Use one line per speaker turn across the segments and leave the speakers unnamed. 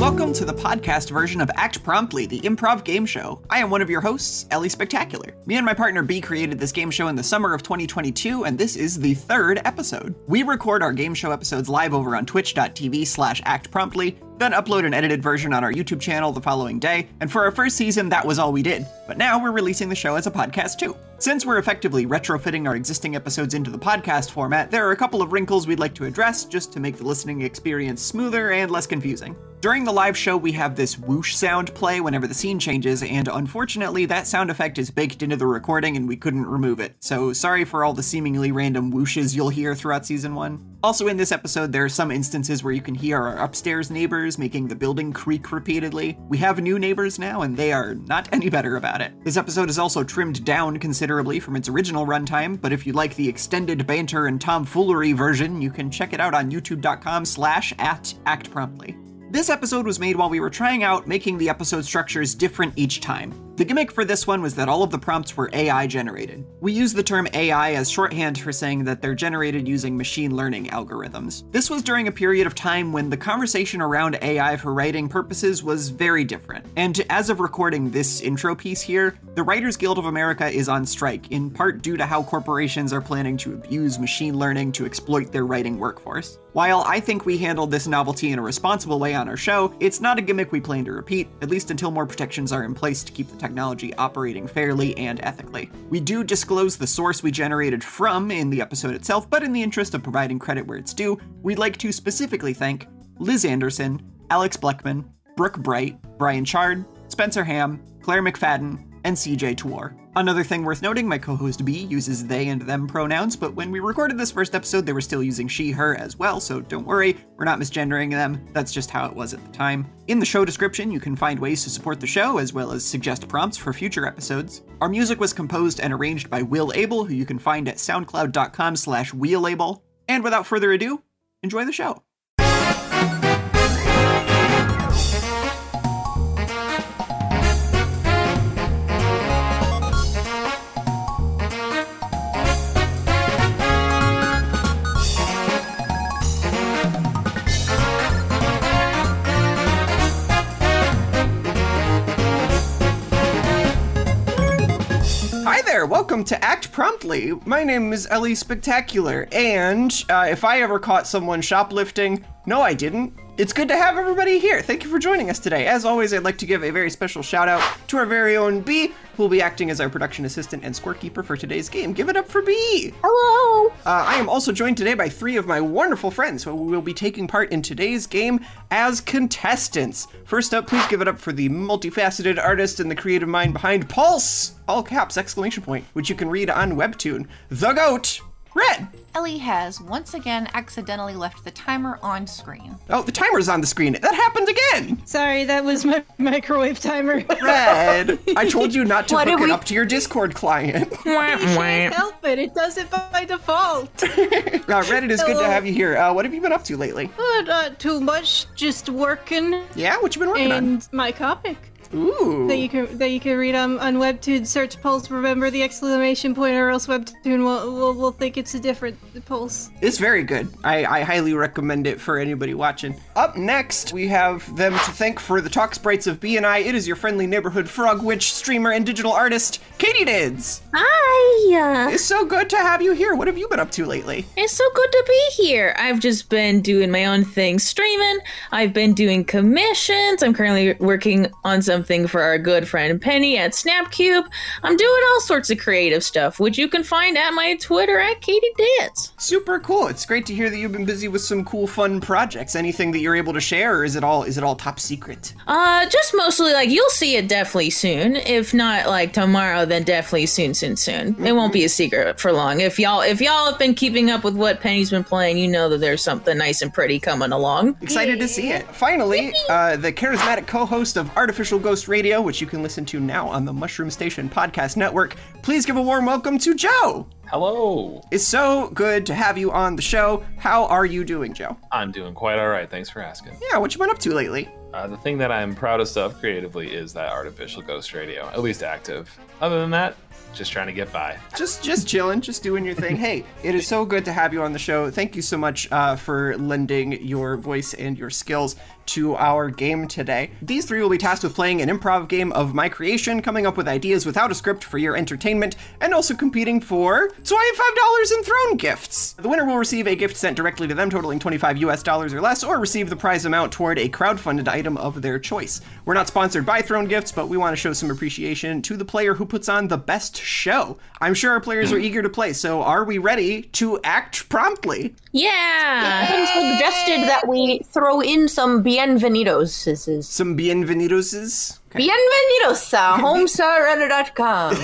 Welcome to the podcast version of Act Promptly, the improv game show. I am one of your hosts, Ellie Spectacular. Me and my partner B created this game show in the summer of 2022, and this is the third episode. We record our game show episodes live over on twitch.tv slash actpromptly, then upload an edited version on our YouTube channel the following day, and for our first season, that was all we did. But now we're releasing the show as a podcast too. Since we're effectively retrofitting our existing episodes into the podcast format, there are a couple of wrinkles we'd like to address just to make the listening experience smoother and less confusing. During the live show, we have this whoosh sound play whenever the scene changes, and unfortunately, that sound effect is baked into the recording and we couldn't remove it. So, sorry for all the seemingly random whooshes you'll hear throughout season one. Also, in this episode, there are some instances where you can hear our upstairs neighbors making the building creak repeatedly. We have new neighbors now, and they are not any better about it. This episode is also trimmed down considerably from its original runtime, but if you like the extended banter and tomfoolery version, you can check it out on youtube.com slash at actpromptly. This episode was made while we were trying out making the episode structures different each time. The gimmick for this one was that all of the prompts were AI generated. We use the term AI as shorthand for saying that they're generated using machine learning algorithms. This was during a period of time when the conversation around AI for writing purposes was very different. And as of recording this intro piece here, the Writers Guild of America is on strike, in part due to how corporations are planning to abuse machine learning to exploit their writing workforce. While I think we handled this novelty in a responsible way on our show, it's not a gimmick we plan to repeat, at least until more protections are in place to keep the technology operating fairly and ethically. We do disclose the source we generated from in the episode itself, but in the interest of providing credit where it's due, we'd like to specifically thank Liz Anderson, Alex Bleckman, Brooke Bright, Brian Chard, Spencer Ham, Claire McFadden, and CJ Twar. Another thing worth noting, my co host B uses they and them pronouns, but when we recorded this first episode, they were still using she, her as well, so don't worry, we're not misgendering them. That's just how it was at the time. In the show description, you can find ways to support the show, as well as suggest prompts for future episodes. Our music was composed and arranged by Will Abel, who you can find at soundcloud.com slash wheelable. And without further ado, enjoy the show. Hi there, welcome to Act Promptly. My name is Ellie Spectacular, and uh, if I ever caught someone shoplifting, no, I didn't. It's good to have everybody here. Thank you for joining us today. As always, I'd like to give a very special shout out to our very own B, who will be acting as our production assistant and scorekeeper for today's game. Give it up for B! Hello! Uh, I am also joined today by three of my wonderful friends who will be taking part in today's game as contestants. First up, please give it up for the multifaceted artist and the creative mind behind Pulse! All caps, exclamation point, which you can read on Webtoon. The GOAT! Red!
Ellie has once again accidentally left the timer on screen.
Oh, the timer's on the screen. That happened again!
Sorry, that was my microwave timer.
Red! I told you not to
What
hook
did
it
we-
up to your Discord client.
Can't help it. It does it by default.
Uh, Red, it is good to
Hello.
have you here. Uh, what have you been up to lately?
Oh, not too much. Just working
Yeah, what you been working
and my comic
on? Ooh.
that you can that you can read on, on Webtoon. Search pulse. Remember the exclamation point, or else Webtoon will will, will think it's a different pulse.
It's very good. I, I highly recommend it for anybody watching. Up next, we have them to thank for the talk sprites of BNI. It is your friendly neighborhood frog witch, streamer, and digital artist, Katie Dids.
Hi!
It's so good to have you here. What have you been up to lately?
It's so good to be here. I've just been doing my own thing streaming. I've been doing commissions. I'm currently working on something for our good friend Penny at Snapcube. I'm doing all sorts of creative stuff, which you can find at my Twitter at Katie Dance.
Super cool. It's great to hear that you've been busy with some cool, fun projects. Anything that you're able to share, or is it all is it all top secret?
Uh, just mostly like you'll see it definitely soon. If not like tomorrow, then definitely soon, soon, soon. It won't be a secret for long. If y'all if y'all have been keeping up with what Penny's been playing, you know that there's something nice and pretty coming along.
Excited to see it. Finally, uh, the charismatic co host of Artificial Ghost Radio, which you can listen to now on the Mushroom Station Podcast Network, please give a warm welcome to Joe.
Hello.
It's so good to have you on the show. How are you doing, Joe?
I'm doing quite all right. Thanks for asking.
Yeah, what you been up to lately?
Uh, the thing that I'm proudest of creatively is that artificial ghost radio, at least active. Other than that, just trying to get by.
Just just chilling, just doing your thing. Hey, it is so good to have you on the show. Thank you so much uh, for lending your voice and your skills to our game today. These three will be tasked with playing an improv game of my creation, coming up with ideas without a script for your entertainment, and also competing for $25 in throne gifts. The winner will receive a gift sent directly to them totaling 25 US dollars or less, or receive the prize amount toward a crowdfunded item of their choice. We're not sponsored by Throne Gifts, but we want to show some appreciation to the player who puts on the best show. I'm sure our players are eager to play, so are we ready to act promptly?
Yeah.
Tim suggested that we throw in some bienvenidos.
Some bienvenidoses. Okay.
Bienvenidos at homestarrunner.com.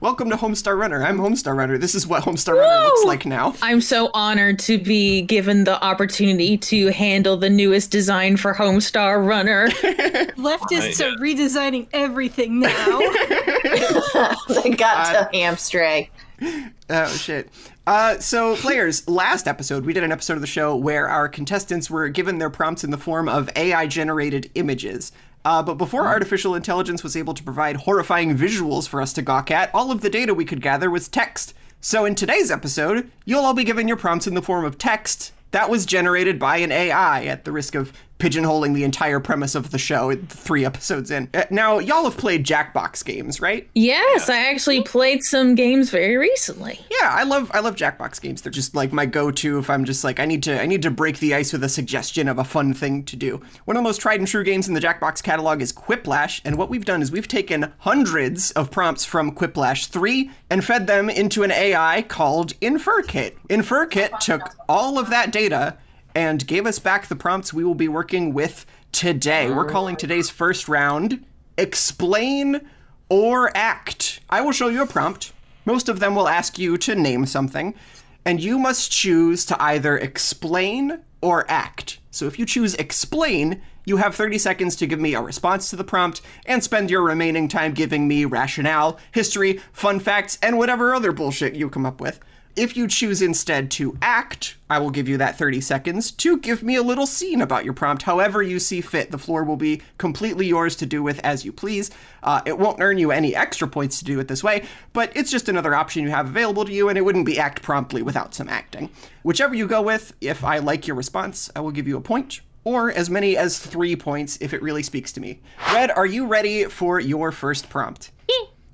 Welcome to Homestar Runner. I'm Homestar Runner. This is what Homestar Runner looks like now.
I'm so honored to be given the opportunity to handle the newest design for Homestar Runner.
Leftists are redesigning everything now.
they got to hamstring.
Oh shit. Uh, so players, last episode we did an episode of the show where our contestants were given their prompts in the form of AI-generated images. Uh, but before artificial intelligence was able to provide horrifying visuals for us to gawk at, all of the data we could gather was text. So in today's episode, you'll all be given your prompts in the form of text that was generated by an AI at the risk of pigeonholing the entire premise of the show three episodes in. Uh, now, y'all have played Jackbox games, right?
yes, I actually played some games very recently.
Yeah, I love I love Jackbox games. They're just like my go-to if I'm just like I need to I need to break the ice with a suggestion of a fun thing to do. One of the most tried and true games in the Jackbox catalog is Quiplash, and what we've done is we've taken hundreds of prompts from Quiplash 3 and fed them into an AI called InferKit. InferKit took all of that data and gave us back the prompts we will be working with today. We're calling today's first round Explain or Act. I will show you a prompt. Most of them will ask you to name something, and you must choose to either explain or act. So if you choose explain, you have 30 seconds to give me a response to the prompt and spend your remaining time giving me rationale, history, fun facts, and whatever other bullshit you come up with. If you choose instead to act, I will give you that 30 seconds to give me a little scene about your prompt, however you see fit. The floor will be completely yours to do with as you please. Uh, it won't earn you any extra points to do it this way, but it's just another option you have available to you, and it wouldn't be act promptly without some acting. Whichever you go with, if I like your response, I will give you a point, or as many as three points if it really speaks to me. Red, are you ready for your first prompt?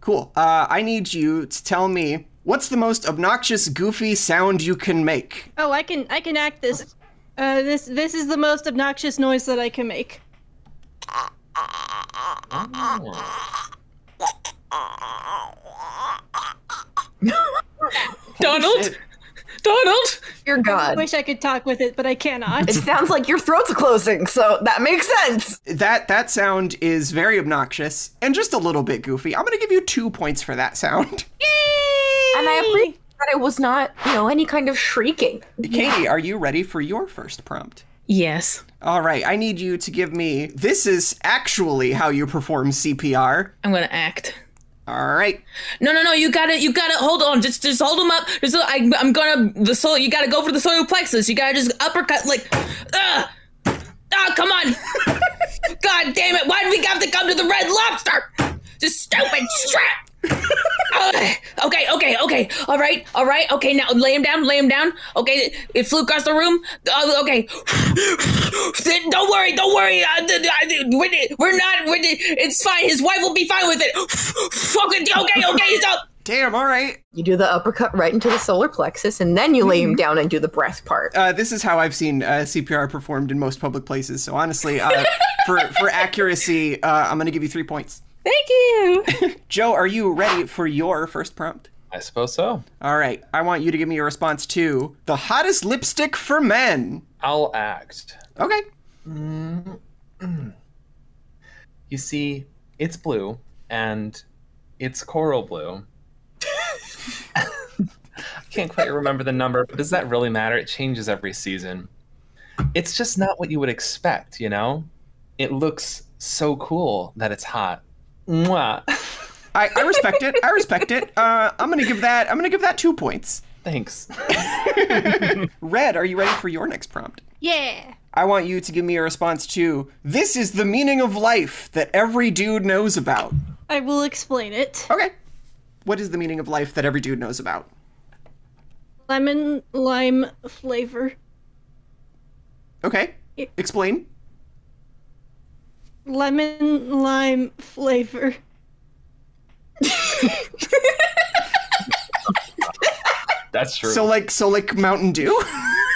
Cool. Uh, I need you to tell me what's the most obnoxious, goofy sound you can make.
oh, I can I can act this. Uh, this this is the most obnoxious noise that I can make.
Donald! Donald!
Dear
I
God.
wish I could talk with it, but I cannot.
It sounds like your throat's closing, so that makes sense.
That that sound is very obnoxious and just a little bit goofy. I'm gonna give you two points for that sound.
And I appreciate that it was not, you know, any kind of shrieking.
Katie, are you ready for your first prompt?
Yes.
All right, I need you to give me this is actually how you perform CPR.
I'm gonna act.
All right.
No, no, no! You gotta, you gotta hold on. Just, just hold them up. Just, I, I'm gonna the soul. You gotta go for the solar plexus. You gotta just uppercut like, ah, ah! Come on! God damn it! Why did we have to come to the Red Lobster? This stupid strap. okay, okay, okay. All right, all right. Okay, now lay him down. Lay him down. Okay, it flew across the room. Oh, okay. don't worry. Don't worry. Uh, th- th- I- we're, we're not. We're, it's fine. His wife will be fine with it. okay, okay, okay. He's up.
Damn, all right.
You do the uppercut right into the solar plexus, and then you lay him down and do the breath part.
Uh, this is how I've seen uh, CPR performed in most public places. So honestly, uh, for for accuracy, uh, I'm gonna give you three points.
Thank you.
Joe, are you ready for your first prompt?
I suppose so.
All right, I want you to give me a response to the hottest lipstick for men.
I'll act.
Okay.
You see, it's blue and it's coral blue. I can't quite remember the number, but does that really matter? It changes every season. It's just not what you would expect, you know? It looks so cool that it's hot. Mwah.
I, I respect it. I respect it. Uh, I'm gonna give that. I'm gonna give that two points.
Thanks.
Red, are you ready for your next prompt?
Yeah.
I want you to give me a response to this is the meaning of life that every dude knows about.
I will explain it.
Okay. What is the meaning of life that every dude knows about?
Lemon lime flavor.
Okay. Explain.
Lemon lime flavor.
That's true.
So like so like Mountain Dew,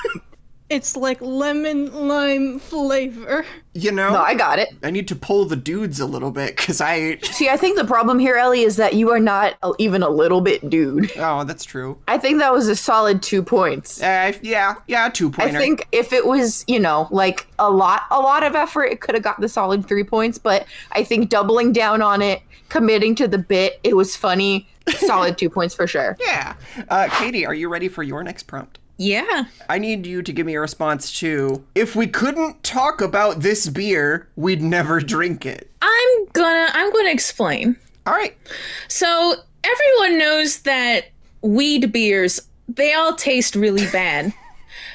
It's like lemon lime flavor.
you know?
No, I got it.
I need to pull the dudes a little bit cuz I
See, I think the problem here, Ellie, is that you are not a- even a little bit dude.
Oh, that's true.
I think that was a solid two points.
Uh, yeah, yeah, two
I
pointer.
think if it was, you know, like a lot, a lot of effort, it could have gotten the solid three points. But I think doubling down on it, committing to the bit, it was funny. Solid two points for sure.
Yeah. Uh, Katie, are you ready for your next prompt?
Yeah.
I need you to give me a response to if we couldn't talk about this beer, we'd never drink it.
I'm gonna I'm gonna explain.
All right.
So everyone knows that weed beers they all taste really bad.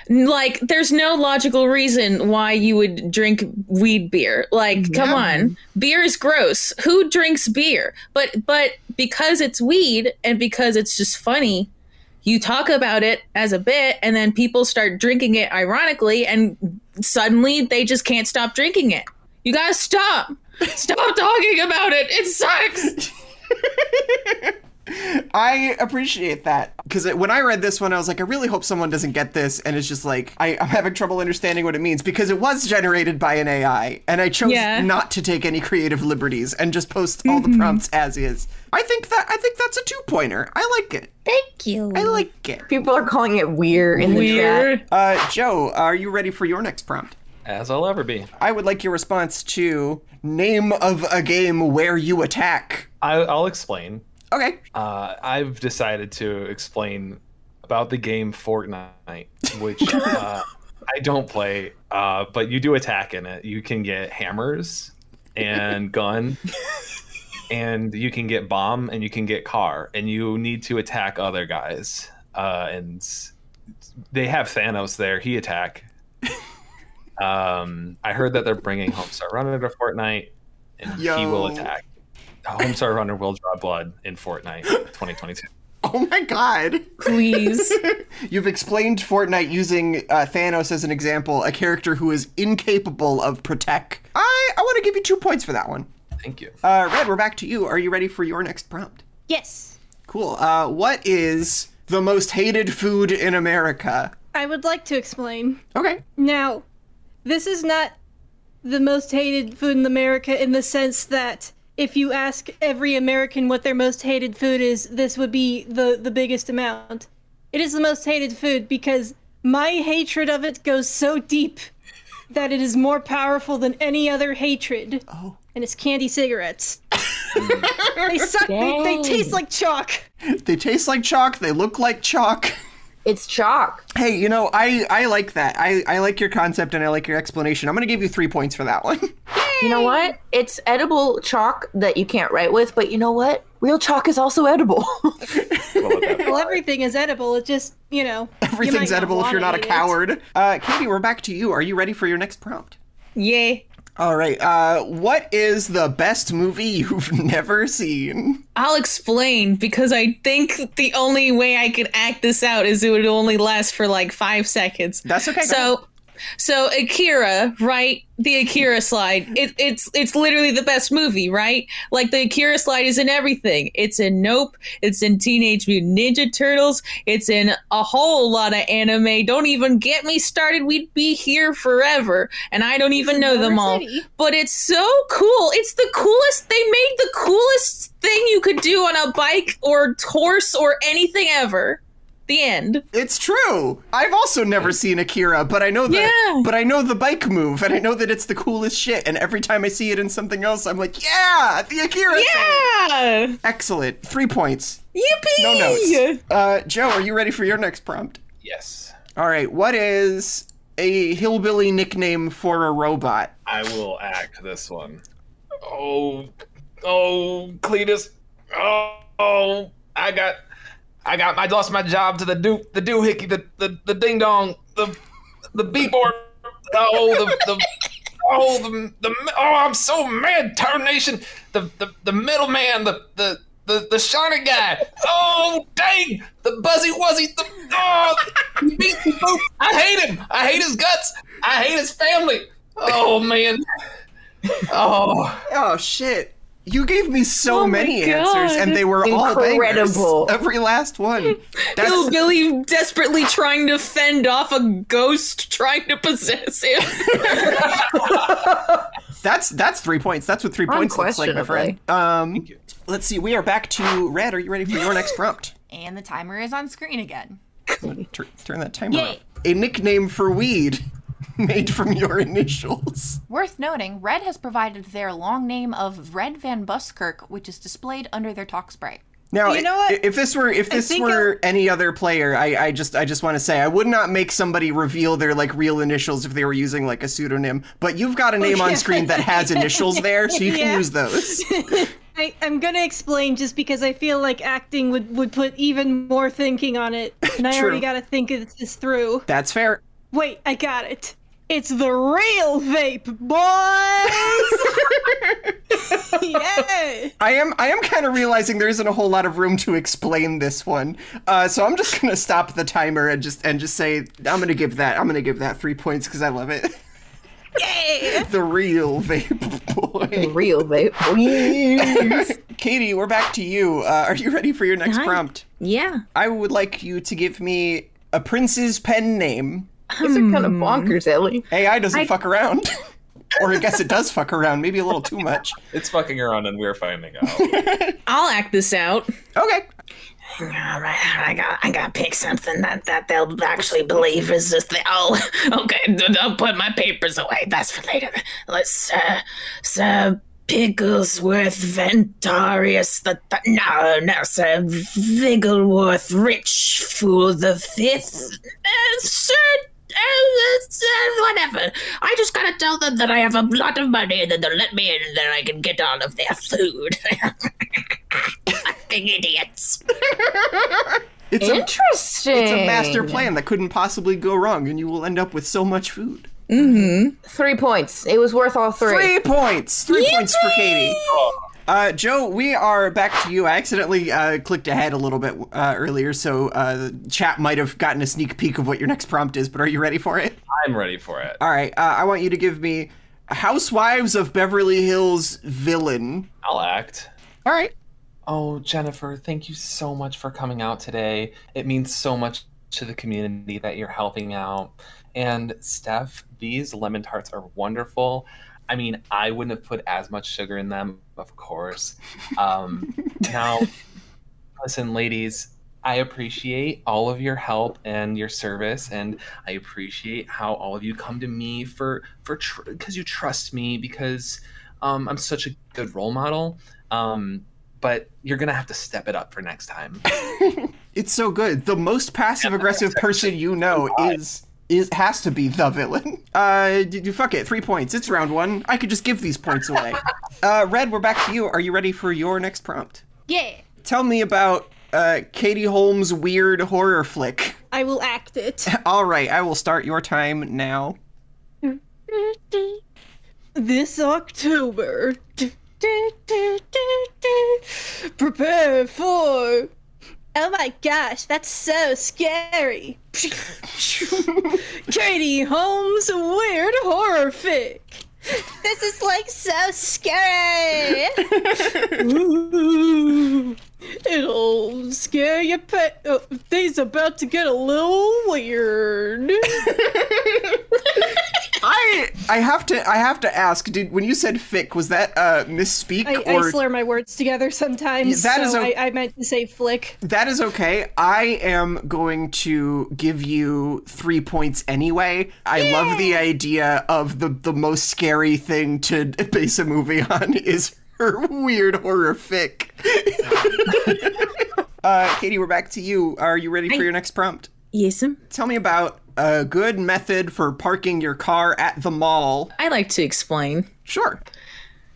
like there's no logical reason why you would drink weed beer. Like come on. Beer is gross. Who drinks beer? But but because it's weed and because it's just funny, you talk about it as a bit and then people start drinking it ironically and suddenly they just can't stop drinking it. You got to stop. Stop talking about it. It sucks.
I appreciate that because when I read this one, I was like, I really hope someone doesn't get this, and it's just like I, I'm having trouble understanding what it means because it was generated by an AI, and I chose
Yeah.
not to take any creative liberties and just post all the prompts as is. I think that I think that's a two pointer. I like it.
Thank you.
I like it.
People are calling it weird in the chat.
Uh, Joe, are you ready for your next prompt?
As I'll ever be.
I would like your response to name of a game where you attack.
I, I'll explain.
Okay.
Uh, I've decided to explain about the game Fortnite, which uh, I don't play, uh, but you do attack in it. You can get hammers and gun, and you can get bomb, and you can get car, and you need to attack other guys. Uh, and s- they have Thanos there. He attack. Um, I heard that they're bringing Homestar Runner to Fortnite, and he will
Yo.
attack. Homestar Runner will draw blood in Fortnite 2022.
Oh my god.
Please.
You've explained Fortnite using uh, Thanos as an example, a character who is incapable of protect. I, I want to give you two points for that one.
Thank you.
Uh, Red, we're back to you. Are you ready for your next prompt?
Yes.
Cool. Uh, what is the most hated food in America?
I would like to explain.
Okay.
Now, this is not the most hated food in America in the sense that if you ask every American what their most hated food is, this would be the, the biggest amount. It is the most hated food because my hatred of it goes so deep that it is more powerful than any other hatred. Oh. And it's candy cigarettes. they suck, they, they taste like chalk.
They taste like chalk, they look like chalk.
It's chalk.
Hey, you know, I, I like that. I, I like your concept and I like your explanation. I'm going to give you three points for that one.
You know what? It's edible chalk that you can't write with, but you know what? Real chalk is also edible.
Well, everything is edible, it just, you know. you might
Everything's
not
edible if you're
wanna
not a
eat it.
coward. Uh, Katie, we're back to you. Are you ready for your next prompt?
Yay.
All right. Uh, what is the best movie you've never seen?
I'll explain because I think the only way I could act this out is it would only last for like five seconds.
That's okay. go ahead.
So, so Akira, right? The Akira slide. It, it's it's literally the best movie, right? Like the Akira slide is in everything. It's in Nope. It's in Teenage Mutant Ninja Turtles. It's in a whole lot of anime. Don't even get me started. We'd be here forever, and I don't even know them all. But it's so cool. It's the coolest. They made the coolest thing you could do on a bike or horse or anything ever. The end.
it's true. I've also never seen Akira, but I know the
Yeah.
but I know the bike move, and I know that it's the coolest shit. And every time I see it in something else, I'm like, yeah, the Akira. thing."
Yeah.
Excellent. Three points.
Yippee!
No notes. Uh, Joe, are you ready for your next prompt?
Yes.
All right. What is a hillbilly nickname for a robot?
I will act this one. Oh, oh, Cletus. oh, oh, I got, I got, I lost my job to the do the doohickey, the the, the ding dong, the the beatboard. Oh, the the. Oh, the, the oh! I'm so mad, tarnation! The the the middleman, the the the the shiny guy. Oh, dang! The buzzy wuzzy. The oh, he beat the boot. I hate him. I hate his guts. I hate his family. Oh man. Oh.
Oh shit. You gave me so
Oh my
many
God.
answers and they were all
Incredible.
bangers. Every last one. That's
Billy desperately trying to fend off a ghost trying to possess him.
that's that's 3 points. That's what 3 points looks like, my friend. Um let's see. We are back to Red. Are you ready for your next prompt?
And the timer is on screen again.
Tur- turn that timer
Yay.
off. A nickname for weed made from your initials.
Worth noting, Red has provided their long name of Red Van Buskirk, which is displayed under their talk sprite.
Now,
You know what?
i- if this were if this
think
were any other player, I, I just I just want to say I would not make somebody reveal their like real initials if they were using like a pseudonym. But you've got a name on
yeah.
screen that has initials there, so you can
Yeah.
use those.
I, I'm gonna explain just because I feel like acting would, would put even more thinking on it, and I
True.
already gotta think of this through.
That's fair.
Wait, I got it. It's the real vape, boys. yeah.
I am I am kind of realizing there isn't a whole lot of room to explain this one, uh, so I'm just gonna stop the timer and just and just say I'm gonna give that I'm gonna give that three points because I love it.
Yay!
the real vape boy.
Real vape.
Katie, we're back to you. Uh, are you ready for your next
Hi.
prompt?
yeah.
I would like you to give me a prince's pen name.
These are kind
Hmm.
of bonkers, Ellie.
AI doesn't fuck around. or I guess it does fuck around, maybe a little too much.
It's fucking around and we're finding out.
I'll act this out.
Okay.
All right, I got, I got to pick something that that they'll actually believe is just the. Oh, okay, I'll put my papers away. That's for later. Let's, uh, Sir Pigglesworth Ventarius the th- no, no, Sir Vigilworth Rich Fool the Fifth, uh, Sir. Uh, uh, whatever. I just gotta tell them that I have a lot of money and that they'll let me in and then I can get all of their food. Fucking idiots.
It's a,
Interesting.
it's a master plan that couldn't possibly go wrong, and you will end up with so much food.
Three points. It was worth all three.
Three points. Three points for Katie. Uh, Joe, we are back to you. I accidentally uh, clicked ahead a little bit uh, earlier, so uh, the chat might have gotten a sneak peek of what your next prompt is. But are you ready for it?
I'm ready for it.
All right. Uh, I want you to give me Housewives of Beverly Hills villain.
I'll act.
All right.
Oh, Jennifer, thank you so much for coming out today. It means so much to the community that you're helping out. And Steph, these lemon tarts are wonderful. I mean, I wouldn't have put as much sugar in them, of course. Um, now, listen, ladies, I appreciate all of your help and your service, and I appreciate how all of you come to me for for because you trust me because um, I'm such a good role model. Um, but you're gonna have to step it up for next time.
It's so good. The most passive aggressive person you know is is has to be the villain. Uh, d- d- fuck it. Three points. It's round one. I could just give these points away. Uh, Red, we're back to you. Are you ready for your next prompt?
Yeah.
Tell me about uh, Katie Holmes' weird horror flick.
I will act it.
All right, I will start your time now.
this October. do, do, do, do, do. Prepare for. Oh my gosh, that's so scary. Katie Holmes weird horror fic. This is like so scary. Ooh, it'll scare your pet. Oh, things about to get a little weird.
I I have to I have to ask. Did when you said fic was that uh, misspeak
I, I
or
slur my words together sometimes.
Yeah, that is
so
o-
I I meant to say flick.
That is okay. I am going to give you three points anyway. I love the idea of the the most scary thing to base a movie on is her weird horror fic. uh, Katie, we're back to you. Are you ready for your next prompt?
Yes, um,
Tell me about a good method for parking your car at the mall.
I like to explain.
Sure.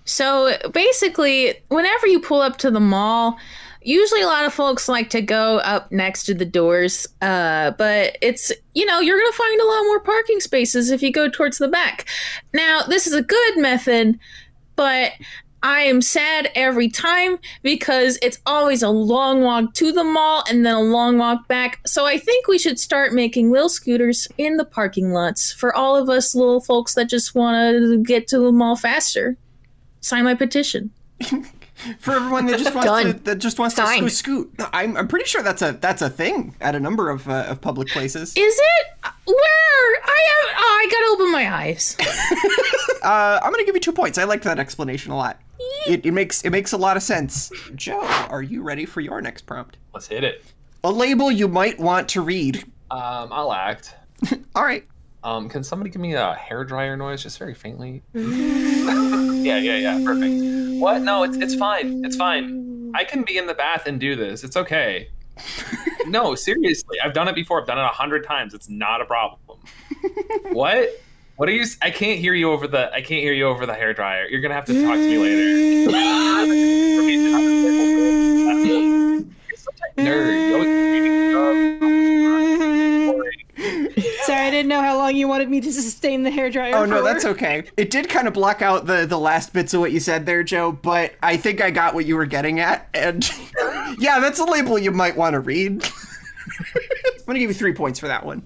So basically, whenever you pull up to the mall, usually a lot of folks like to go up next to the doors, uh, but it's, you know, you're going to find a lot more parking spaces if you go towards the back. Now, this is a good method, but I am sad every time because it's always a long walk to the mall and then a long walk back. So I think we should start making little scooters in the parking lots for all of us little folks that just want to get to the mall faster. Sign my petition.
for everyone that just wants to
Done.
that just wants to
Signed.
scoot, scoot. I'm, I'm pretty sure that's a that's a thing at a number of uh, of public places.
Is it? Where? I am. Oh, I gotta open my eyes.
Uh, I'm gonna give you two points. I liked that explanation a lot. It, it makes it makes a lot of sense. Joe, are you ready for your next prompt?
Let's hit it.
A label you might want to read.
Um, I'll act.
All right.
Um, can somebody give me a hair dryer noise, just very faintly? yeah, yeah, yeah. Perfect. What? No, it's it's fine. It's fine. I can be in the bath and do this. It's okay. no, seriously, I've done it before. I've done it a hundred times. It's not a problem. what? What are you? s- I can't hear you over the. I can't hear you over the hair dryer. You're gonna have to talk to me later.
Oh,
You're such a Nerd. You always reading stuff. Boring.
Sorry, I didn't know how long you wanted me to sustain the hairdryer.
Oh no,
for.
that's okay. It did kind of block out the the last bits of what you said there, Joe, but I think I got what you were getting at. And yeah, that's a label you might want to read. I'm gonna give you three points for that one.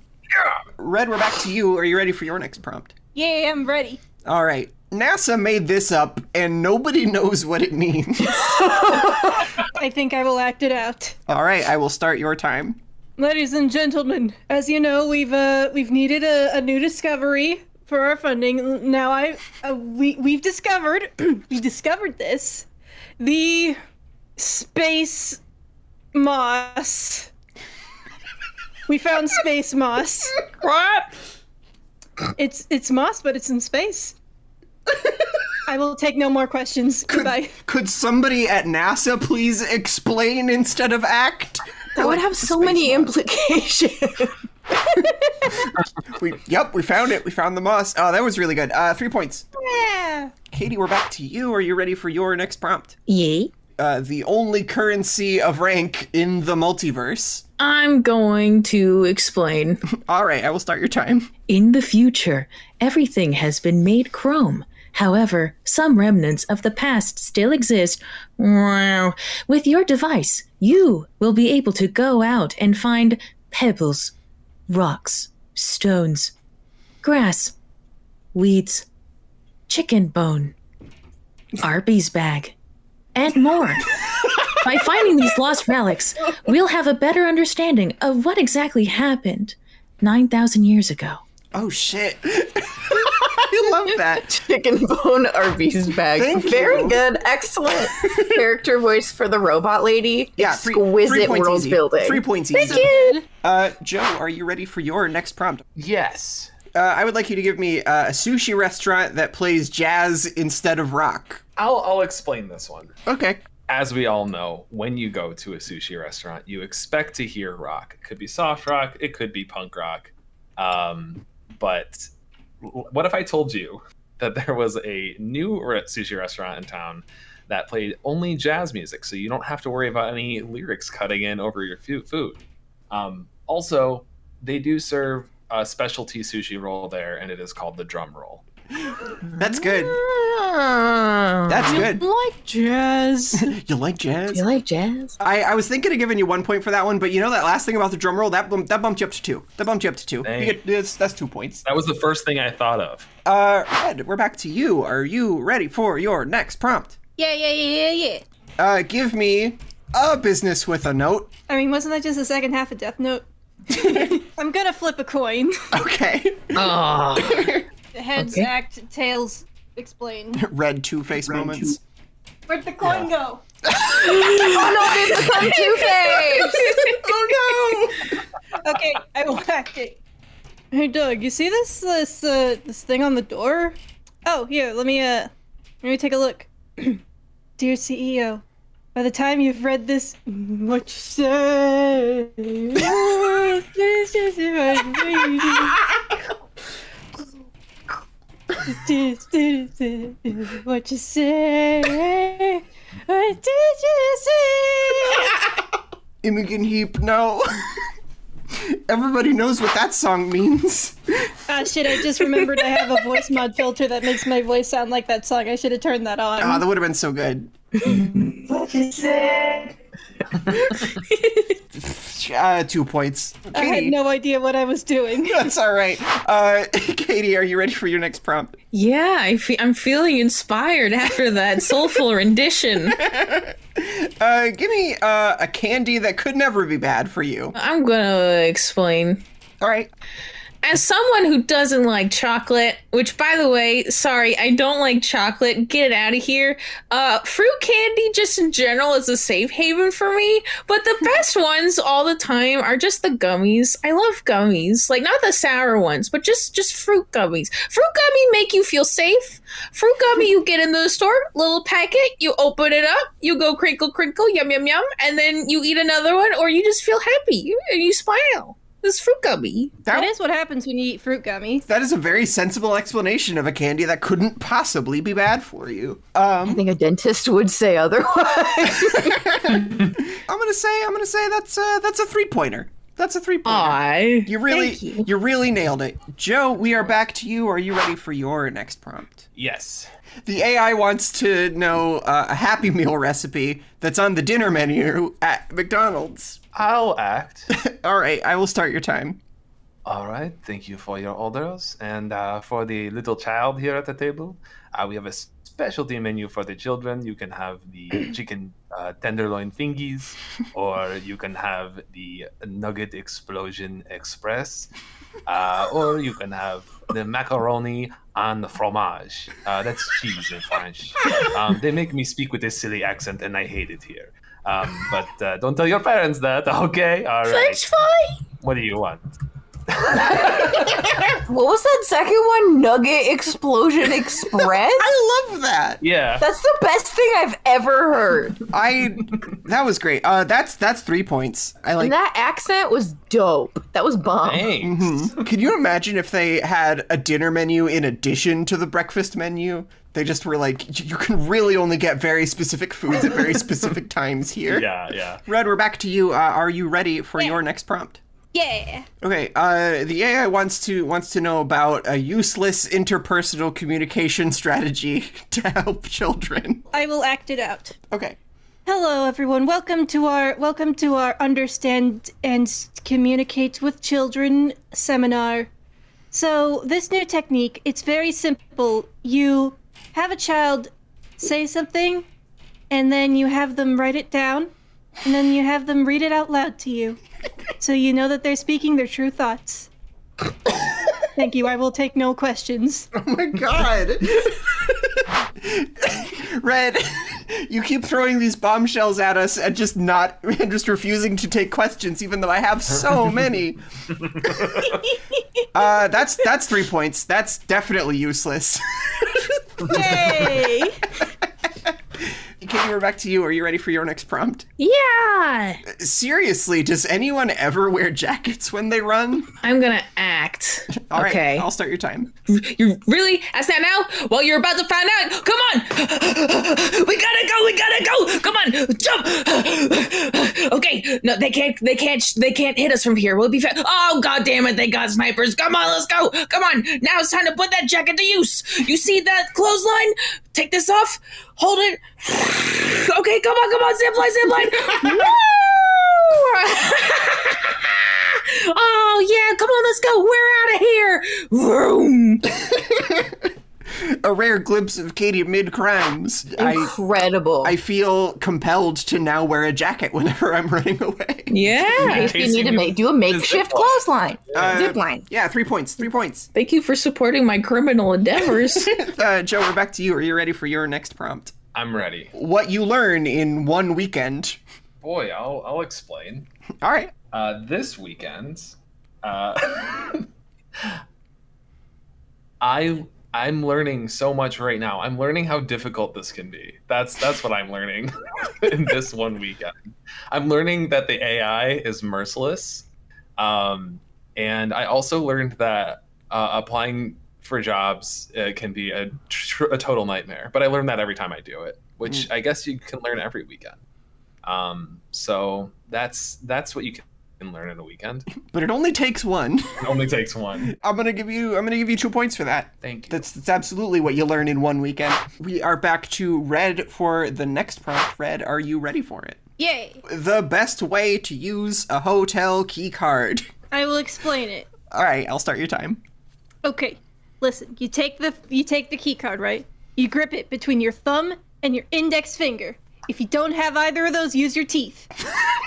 Red, we're back to you. Are you ready for your next prompt?
Yay, I'm ready.
All right. NASA made this up, and nobody knows what it means.
I think I will act it out.
All right, I will start your time.
Ladies and gentlemen, as you know, we've uh, we've needed a, a new discovery for our funding. Now I uh, we we've discovered we discovered this the space moss. We found space moss.
What?
It's it's moss, but it's in space. I will take no more questions. Goodbye.
Could somebody at NASA please explain instead of act?
That would have so many implications.
We, yep, we found it. We found the moss. Oh, that was really good. Uh, three points.
Yeah.
Katie, we're back to you. Are you ready for your next prompt?
Yay.
Uh, the only currency of rank in the multiverse.
I'm going to explain.
All right, I will start your time.
In the future, everything has been made chrome. However, some remnants of the past still exist. Wow. With your device, you will be able to go out and find pebbles, rocks, stones, grass, weeds, chicken bone, Arby's bag, and more. By finding these lost relics, we'll have a better understanding of what exactly happened 9,000 years ago.
Oh, shit. I love that.
Chicken bone Arby's bag.
Thank
Very
you.
good. Excellent character voice for the robot lady.
Yeah, three- three
Exquisite
points
world
easy.
building.
Three points easy. Uh, Joe, are you ready for your next prompt?
Yes.
Uh, I would like you to give me uh, a sushi restaurant that plays jazz instead of rock.
I'll I'll explain this one.
Okay.
As we all know, when you go to a sushi restaurant, you expect to hear rock. It could be soft rock, it could be punk rock. Um, but w- what if I told you that there was a new re- sushi restaurant in town that played only jazz music, so you don't have to worry about any lyrics cutting in over your fu- food. Um, also, they do serve a specialty sushi roll there, and it is called the drum roll.
That's good.
Ah.
That's good.
Like jazz.
You like jazz?
like jazz?
I, I was thinking of giving you one point for that one, but you know that last thing about the drum roll that bump, that bumped you up to two. That bumped you up to two.
Dang.
You get, that's, that's two points.
That was the first thing I thought of.
Uh, Red, we're back to you. Are you ready for your next prompt?
yeah, yeah, yeah, yeah, yeah.
Uh, give me a business with a note.
I mean, wasn't that just the second half of Death Note? I'm gonna flip a coin.
Okay.
Heads act, tails explain.
Red two face moments.
Where'd the coin go?
oh
Okay, I will act it. Hey Doug, you see this this uh, this thing on the door? Oh, here, let me uh let me take a look. Dear CEO, by the time you've read this much say what you say? What did you say?
Imogen Heap, no. Everybody knows what that song means.
Ah, shit, I just remembered I have a voice mod filter that makes my voice sound like that song. I should have turned that on.
Ah, that would have been so good. Uh, two points.
I had
Katie,
no idea what I was doing.
that's all right. Uh, Katie, are you ready for your next prompt?
Yeah, I fe- I'm feeling inspired after that soulful rendition.
Uh, give me uh, a candy that could never be bad for you.
Uh,
I'm gonna explain.
All right.
As someone who doesn't like chocolate, which by the way, sorry, I don't like chocolate, get it out of here. Uh, fruit candy, just in general, is a safe haven for me, but the best ones all the time are just the gummies. I love gummies, like not the sour ones, but just just fruit gummies. Fruit gummy make you feel safe. Fruit gummy, you get into the store, little packet, you open it up, you go crinkle crinkle, yum yum yum, and then you eat another one, or you just feel happy and you smile. This fruit gummy.
That is what happens when you eat fruit gummy.
That is a very sensible explanation of a candy that couldn't possibly be bad for you. Um,
I think a dentist would say otherwise.
I'm gonna say I'm gonna say that's a, that's a three pointer. That's a three pointer.
Aw.
you really
thank you.
really nailed it, Joe. We are back to you. Are you ready for your next prompt?
Yes.
The AI wants to know uh, a Happy Meal recipe that's on the dinner menu at McDonald's.
I'll act.
All right, I will start your time.
All right. Thank you for your orders. And uh, for the little child here at the table, uh, we have a specialty menu for the children. You can have the chicken uh, tenderloin fingies, or you can have the nugget explosion express, uh, or you can have the macaroni and the fromage. Uh, that's cheese in French. Um, they make me speak with this silly accent, and I hate it here. Um, but uh, don't tell your parents that, okay? All right.
French fry?
What do you want?
what was that second one? Nugget Explosion Express?
I love that.
Yeah.
That's the best thing I've ever heard.
I that was great. Uh, that's that's three points. I like
And that accent was dope. That was bomb.
Thanks.
Can you imagine if they had a dinner menu in addition to the breakfast menu? They just were like, "Y- you can really only get very specific foods at very specific times here.
Yeah, yeah.
Red, we're back to you. Uh, are you ready for your next prompt?
Yeah.
Okay. Uh, the AI wants to wants to know about a useless interpersonal communication strategy to help children.
I will act it out.
Okay.
Hello, everyone. Welcome to our welcome to our understand and S- communicate with children seminar. So this new technique, it's very simple. You have a child say something, and then you have them write it down, and then you have them read it out loud to you, so you know that they're speaking their true thoughts. Thank you. I will take no questions.
Oh my god. Red, you keep throwing these bombshells at us and just not and just refusing to take questions even though I have so many. uh that's that's 3 points. That's definitely useless.
Yay!
Katie, we're back to you. Are you ready for your next prompt?
Yeah.
Seriously, does anyone ever wear jackets when they run?
I'm gonna act.
All right,
okay.
I'll start your time.
You really ask that now? Well, you're about to find out. Come on. We gotta go. We gotta go. Come on, jump. Okay. No, they can't. They can't. They can't hit us from here. We'll be. Fa- oh God damn it! They got snipers. Come on, let's go. Come on. Now it's time to put that jacket to use. You see that clothesline? Take this off. Hold it. Okay. Come on. Come on. Zip line. Zip line. Woo! oh yeah. Come on. Let's go. We're out of here. Vroom.
A rare glimpse of Katie mid crimes. I
Incredible.
I feel compelled to now wear a jacket whenever I'm running away.
Yeah.
you need to make, do a makeshift clothesline.
Uh,
Zip line.
Yeah, three points. Three points.
Thank you for supporting my criminal endeavors.
Uh, Joe, we're back to you. Are you ready for your next prompt?
I'm ready.
What you learn in one weekend.
Boy, I'll, I'll explain.
All right.
Uh, this weekend, uh, I I'm learning so much right now. I'm learning how difficult this can be. That's that's what I'm learning in this one weekend. I'm learning that the AI is merciless, um, and I also learned that uh, applying for jobs uh, can be a, tr- a total nightmare. But I learn that every time I do it, which I guess you can learn every weekend. Um, so that's that's what you can learn in a weekend.
but it only takes one.
It only takes one.
I'm gonna give you. I'm gonna give you two points for that.
Thank you.
That's, that's absolutely what you learn in one weekend. We are back to Red for the next prompt. Red, are you ready for it?
Yay!
The best way to use a hotel key card.
I will explain it.
All right, I'll start your time.
Okay, listen. You take the you take the key card, right? You grip it between your thumb and your index finger. If you don't have either of those, use your teeth.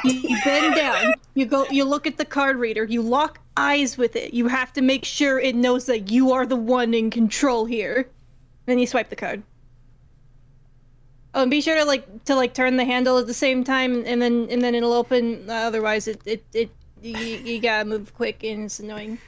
you, you bend down. You go. You look at the card reader. You lock eyes with it. You have to make sure it knows that you are the one in control here. Then you swipe the card. Oh, and be sure to like to like turn the handle at the same time, and then and then it'll open. Uh, otherwise, it it it you, you gotta move quick, and it's annoying.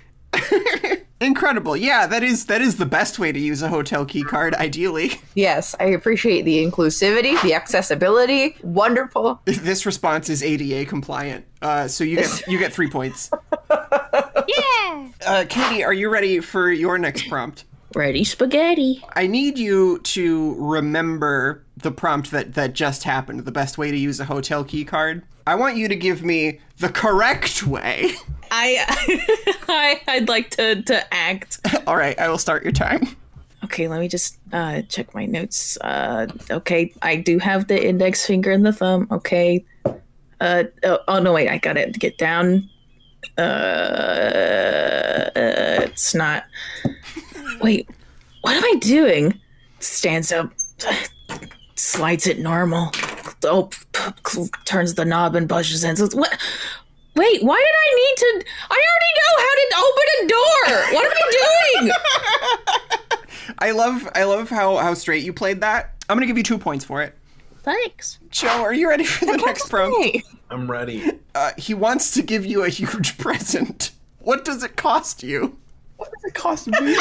Incredible. Yeah, that is that is the best way to use a hotel key card. Ideally,
Yes, I appreciate the inclusivity, the accessibility. Wonderful.
this response is ADA compliant. Uh, so you get you get three points.
Yeah.
Uh, Katie, are you ready for your next prompt?
Ready spaghetti.
I need you to remember the prompt that that just happened. The best way to use a hotel key card. I want you to give me the correct way.
I, I I'd like to to act.
All right, I will start your time.
Okay, let me just uh, check my notes. Uh, okay, I do have the index finger and the thumb. Okay. Uh, oh, oh no, wait, I got it. Get down. Uh, uh, it's not. Wait, what am I doing? Stands up, slides it normal. Oh, p- p- turns the knob and pushes in. So it's- what? Wait, why did I need to? I already know how to open a door. What am I doing?
I love I love how how straight you played that. I'm gonna give you two points for it.
Thanks.
Joe, are you ready for the next prompt?
Hey,
I'm ready.
Uh, he wants to give you a huge present. What does it cost you?
What does it cost me?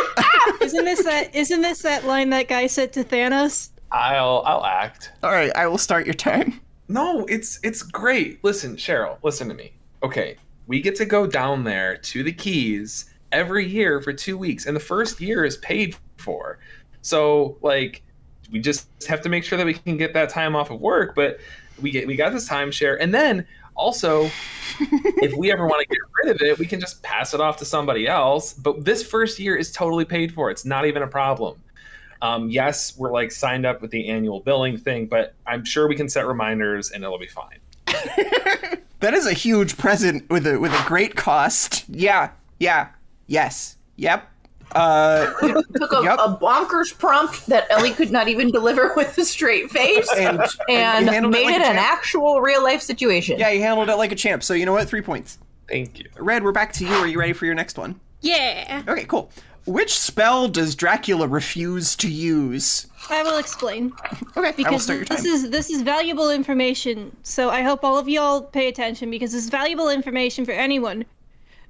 Isn't this that? Isn't this that line that guy said to Thanos?
I'll I'll act.
All right, I will start your time.
No, it's it's great. Listen, Cheryl, listen to me. Okay, we get to go down there to the Keys every year for two weeks, and the first year is paid for. So like, we just have to make sure that we can get that time off of work. But we get we got this timeshare, and then also, if we ever want to get rid of it, we can just pass it off to somebody else. But this first year is totally paid for. It's not even a problem. Um, yes, we're like signed up with the annual billing thing, but I'm sure we can set reminders and it'll be fine.
That is a huge present with a with a great cost. Yeah, yeah, yes, yep. Uh,
Took a,
Yep.
a bonkers prompt that Ellie could not even deliver with a straight face,
and,
and
you handled
made
like
it
a
an
champ.
actual real life situation.
Yeah, you handled it like a champ. So you know what? Three points.
Thank you.
Red, we're back to you. Are you ready for your next one?
Yeah.
Okay, cool. Which spell does Dracula refuse to use?
I will explain
Okay, I will
because
start your
this
time.
is this is valuable information. So I hope all of y'all pay attention because it's valuable information for anyone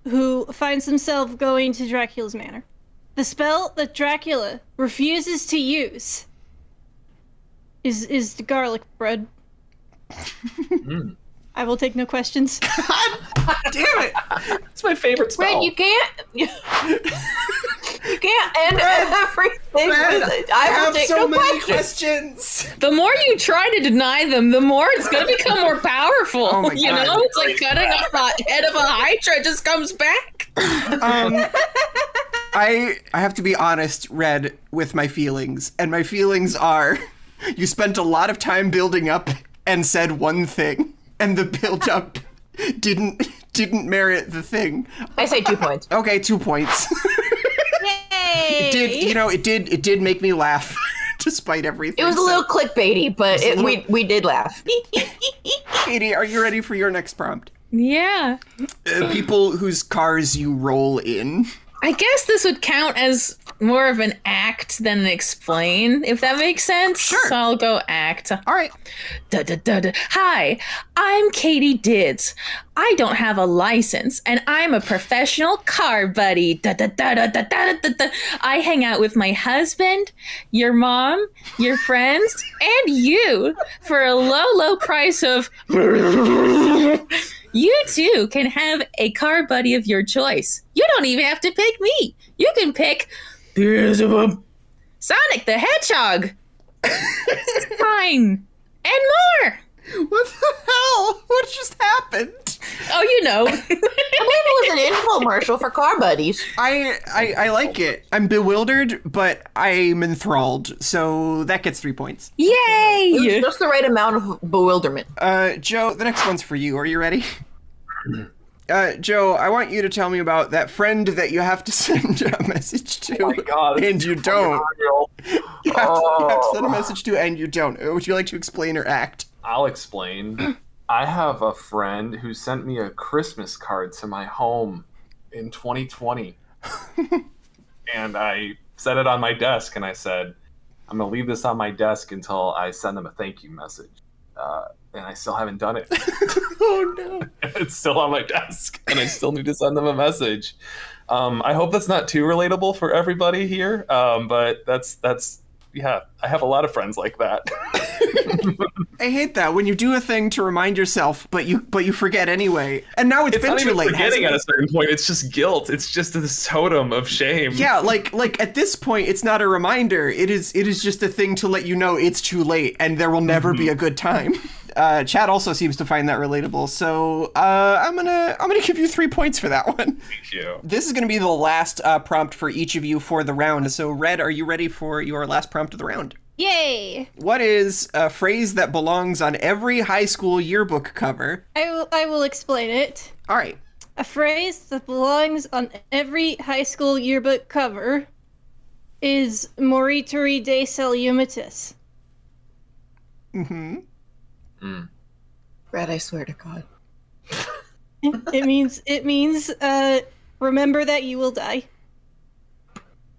who finds themselves going to Dracula's manor. The spell that Dracula refuses to use is is the garlic bread.
Hmm.
I will take no questions.
Damn it!
It's my favorite spell.
Red, you can't. You can't end everything.
Red,
with,
I
I will
have
take
so
no
many
questions.
questions.
the more you try to deny them, the more it's going to become more powerful.
Oh my
you
God.
know, it's like cutting off the head of a hydra it just comes back.
Um, I I have to be honest, Red, with my feelings, and my feelings are, you spent a lot of time building up and said one thing, and the build up didn't didn't merit the thing.
I say two points.
Okay, two points.
Yay!
it did you know it did it did make me laugh, despite everything.
It was a
so-
little clickbaity, but it, we we did laugh.
Katie, are you ready for your next prompt?
Yeah.
Uh, people whose cars you roll in.
I guess this would count as more of an act than an explain, if that makes sense. Sure. So I'll go act.
All right.
Da, da, da, da. Hi, I'm Katie Dids. I don't have a license, and I'm a professional car buddy. Da, da, da, da, da, da, da, da. I hang out with my husband, your mom, your friends, and you for a low, low price of. You too can have a car buddy of your choice. You don't even have to pick me. You can pick Sonic the Hedgehog. Fine. And more.
What the hell? What just happened?
Oh, you know.
It was an infomercial for Car Buddies.
I, I I like it. I'm bewildered, but I'm enthralled. So that gets three points.
It was
Yay!
just the right amount of bewilderment.
Uh, Joe, the next one's for you. Are you ready? Uh, Joe, I want you to tell me about that friend that you have to send a message to,
Oh my God.
and you don't. You have, to, you have to send a
Oh.
message to, and you don't. Uh, Would you like to explain or act?
I'll explain. I have a friend who sent me a Christmas card to my home in 2020. and I set it on my desk and I said, I'm going to leave this on my desk until I send them a thank you message. Uh, and I still haven't done it.
Oh no!
it's still on my desk and I still need to send them a message. Um, I hope that's not too relatable for everybody here, um, but that's, that's, yeah, I have a lot of friends like that.
I hate that when you do a thing to remind yourself, but you but you forget anyway. And now it's,
it's
been
not
too
even
late. hasn't
forgetting at
it?
a certain point. It's just guilt. It's just this totem of shame.
Yeah, like like at this point, it's not a reminder. It is it is just a thing to let you know it's too late, and there will never be a good time. Uh, Chad also seems to find that relatable, so uh, I'm gonna I'm gonna give you three points for that one.
Thank you.
This is gonna be the last uh, prompt for each of you for the round. So, Red, are you ready for your last prompt of the round?
Yay!
What is a phrase that belongs on every high school yearbook cover?
I will. I will explain it.
All right,
A phrase that belongs on every high school yearbook cover is "Morituri de salumitis."
mm-hmm.
Red, I swear to God.
it means. It means. Uh, remember that you will die.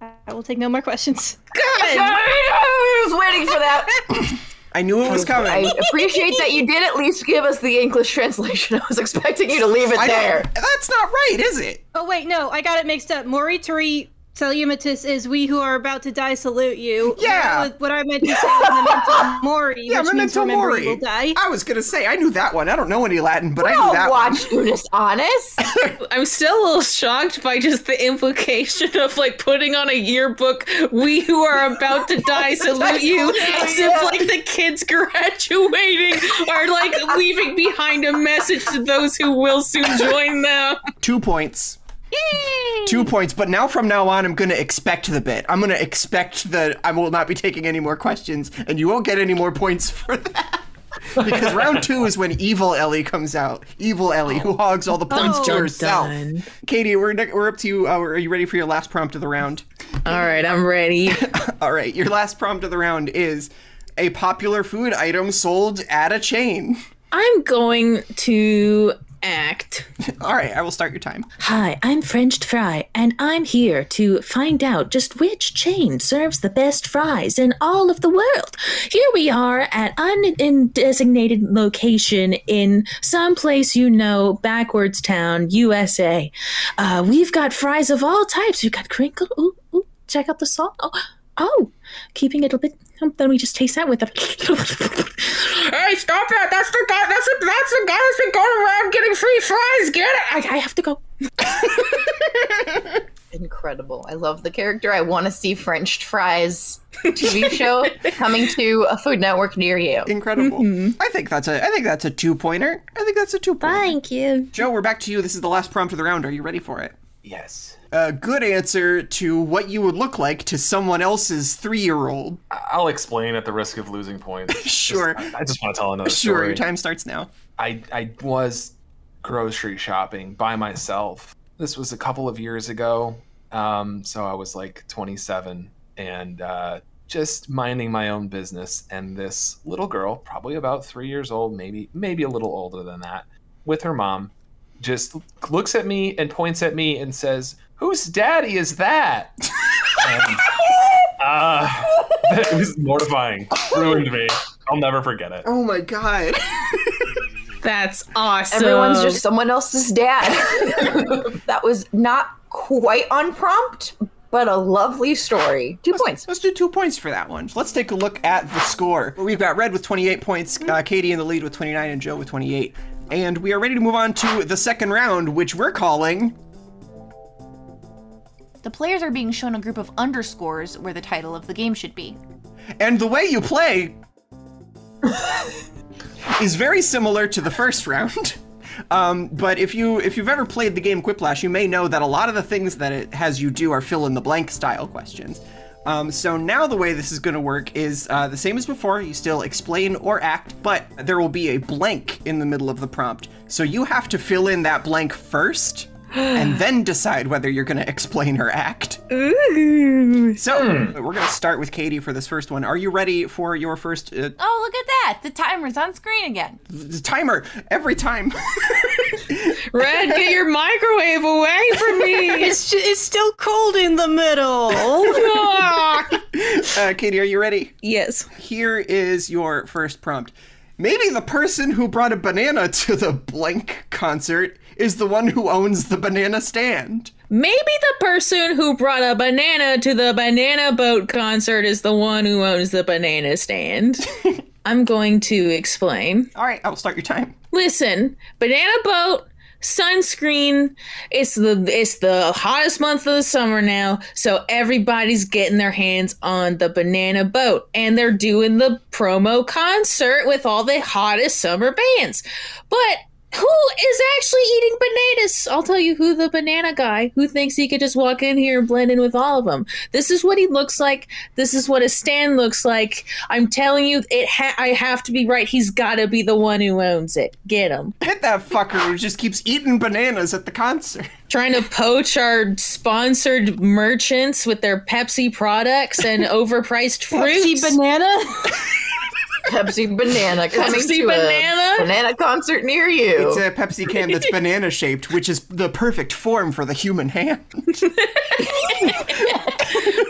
I will take no more questions.
I was waiting for that.
I knew it was coming.
I appreciate that you did at least give us the English translation. I was expecting you to leave it
I don't-
there.
That's not right, is it?
Oh wait, no, I got it mixed up. Morituri Salumitis is we who are about to die salute you.
Yeah.
What I, was- what I meant to say was memento mori,
Yeah,
which means
memento
remember
mori.
you will die.
I was gonna say I knew that one. I don't know any Latin, but I knew
Don't
that one.
Oh, watch Unis Honest.
I'm still a little shocked by just the implication of like putting on a yearbook. We who are about to die salute you, as if like the kids graduating are like leaving behind a message to those who will soon join them.
Two points. Two points. But now from now on, I'm gonna expect the bit. I'm gonna expect that I will not be taking any more questions, and you won't get any more points for that. because round two is when evil Ellie comes out. Evil Ellie, who hogs all the points to
Dun,
herself.
dun.
Katie, we're, ne- we're up to you. Uh, are you ready for your last prompt of the round?
All right, I'm ready.
All right, your last prompt of the round is a popular food item sold at a chain.
I'm going to act.
All right, I will start your time.
Hi, I'm French Fry, and I'm here to find out just which chain serves the best fries in all of the world. Here we are at undesignated location in some place you know, backwards town, USA. Uh, we've got fries of all types. We've got crinkle. Ooh, ooh, check out the salt. Oh, oh, keeping it a bit. oh, Then we just taste that with a. hey, stop that! That's the guy. That's the that's the guy that's been going around getting free fries. Get it? I, I have to go.
Incredible. I love the character. I want to see French Fries TV show coming to a Food Network near you.
Incredible. I think that's a I think that's a two pointer. I think that's a two pointer.
Thank you.
Joe, we're back to you. This is the last prompt of the round. Are you ready for it?
Yes.
A good answer to what you would look like to someone else's three year old.
I- I'll explain at the risk of losing points. Just-
Sure.
I I just want to tell another
Sure,
story.
your time starts now.
I, I was grocery shopping by myself. This was a couple of years ago. Um, so I was like 27 and uh, just minding my own business. And this little girl, probably about three years old, maybe maybe a little older than that, with her mom, just looks at me and points at me and says, "Whose daddy is that?" and, uh, it was mortifying. Ruined me. I'll never forget it.
Oh my god.
That's awesome.
Everyone's just someone else's dad. that was not quite on prompt, but a lovely story. Two points.
Let's do two points for that one. Let's take a look at the score. We've got Red with 28 points, uh, Katie in the lead with 29, and Joe with 28. And we are ready to move on to the second round, which we're calling
The players are being shown a group of underscores where the title of the game should be.
And the way you play is very similar to the first round. Um, but if you if you've ever played the game Quiplash, you may know that a lot of the things that it has you do are fill in the blank style questions. Um, so now the way this is going to work is uh, the same as before. You still explain or act, but there will be a blank in the middle of the prompt. So you have to fill in that blank first, and then decide whether you're going to explain or act. So we're going to start with Katie for this first one. Are you ready for your first uh,
Oh, look at that! The timer's on screen again.
timer every time.
Red, get your microwave away from me.
It's ju- it's still cold in the middle.
uh, Katie, are you ready?
yes.
Here is your first prompt. Maybe the person who brought a banana to the blank concert is the one who owns the banana stand.
Maybe the person who brought a banana to the banana boat concert is the one who owns the banana stand. I'm going to explain.
All right, I'll start your time.
listen, banana boat, sunscreen. It's the it's the hottest month of the summer now, so everybody's getting their hands on the banana boat, and they're doing the promo concert with all the hottest summer bands. But who is actually eating bananas? I'll tell you who the banana guy who thinks he could just walk in here and blend in with all of them. This is what he looks like. This is what his stand looks like. I'm telling you, it. Ha- I have to be right. He's got to be the one who owns it. Get him.
Hit that fucker who just keeps eating bananas at the concert.
Trying to poach our sponsored merchants with their Pepsi products and overpriced fruits.
Pepsi banana.
Pepsi banana coming
Pepsi
to
banana?
a banana concert near you.
It's a Pepsi can that's banana shaped, which is the perfect form for the human hand.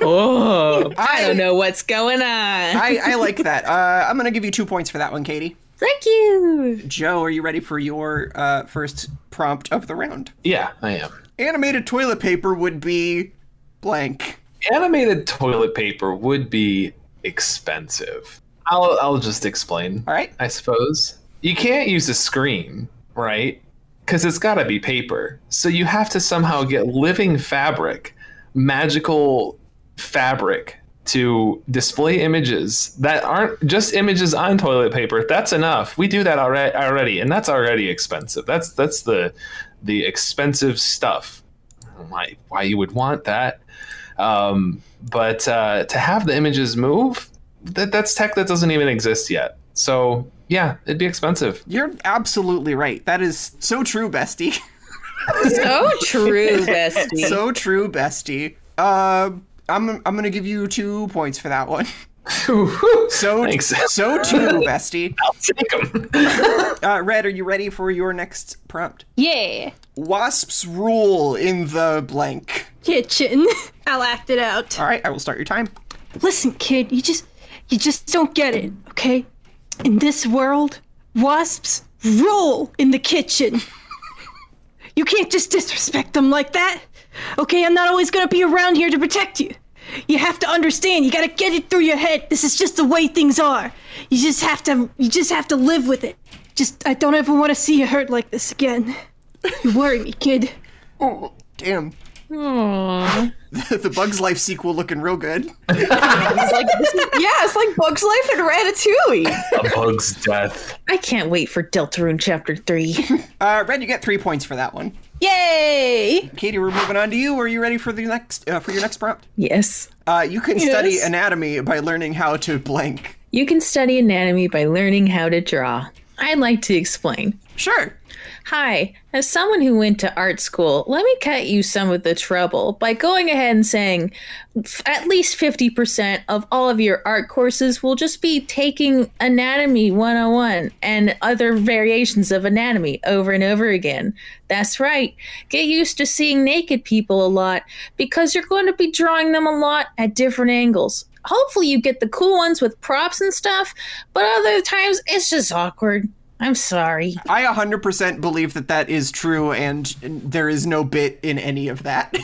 oh, I don't know what's going on.
I, I like that. Uh, I'm going to give you two points for that one, Katie.
Thank you.
Joe, are you ready for your uh, first prompt of the round?
Yeah, I am.
Animated toilet paper would be blank.
Animated toilet paper would be expensive. I'll I'll just explain.
All right.
I suppose. You can't use a screen, right? Because it's got to be paper. So you have to somehow get living fabric, magical fabric to display images that aren't just images on toilet paper. That's enough. We do that already, already and that's already expensive. That's that's the the expensive stuff. Why why you would want that? Um, but uh, to have the images move, that that's tech that doesn't even exist yet. So yeah, it'd be expensive.
You're absolutely right. That is so true, bestie.
So Oh, true, bestie.
so true, bestie. Uh, I'm I'm gonna give you two points for that one. So
Thanks.
so true, bestie.
Take 'em.
Uh, Red, are you ready for your next prompt?
yeah.
Wasps rule in the blank.
Kitchen. I'll act it out.
All right, I will start your time.
Listen, kid, you just you just don't get it, okay? In this world, wasps roll in the kitchen. You can't just disrespect them like that. Okay, I'm not always going to be around here to protect you. You have to understand, you got to get it through your head. This is just the way things are. You just have to you just have to live with it. Just I don't ever want to see you hurt like this again. You worry me, kid.
Oh, damn.
Aw.
the Bugs Life sequel looking real good.
It's like, this is- yeah, it's like Bugs Life and Ratatouille.
A bug's death.
I can't wait for Deltarune Chapter 3.
Uh, Red, you get three points for that one.
Yay!
Katie, we're moving on to you. Are you ready for the next uh, for your next prompt?
yes.
Uh, you can study anatomy by learning how to blank.
You can study anatomy by learning how to draw. I'd like to explain.
Sure.
Hi, as someone who went to art school, let me cut you some of the trouble by going ahead and saying f- at least 50% of all of your art courses will just be taking Anatomy 101 and other variations of anatomy over and over again. That's right, get used to seeing naked people a lot because you're going to be drawing them a lot at different angles. Hopefully, you get the cool ones with props and stuff, but other times it's just awkward. I'm sorry.
I 100% believe that that is true, and there is no bit in any of that.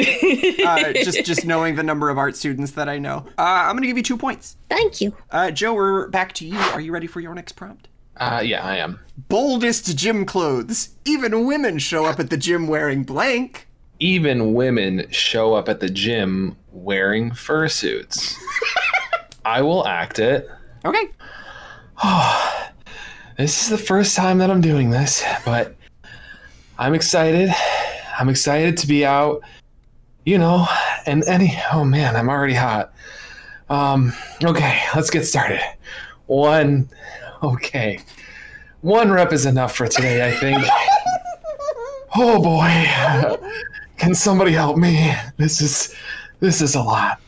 uh, just just knowing the number of art students that I know. Uh, I'm gonna give you two points.
Thank you.
Uh, Joe, we're back to you. Are you ready for your next prompt?
Uh, yeah, I am.
Boldest gym clothes. Even women show up at the gym wearing blank.
even women show up at the gym wearing fursuits. I will act it.
Okay.
This is the first time that I'm doing this, but I'm excited. I'm excited to be out, you know, and any oh man, I'm already hot. Um okay, let's get started. One okay. One rep is enough for today, I think. oh boy. Can somebody help me? This is this is a lot.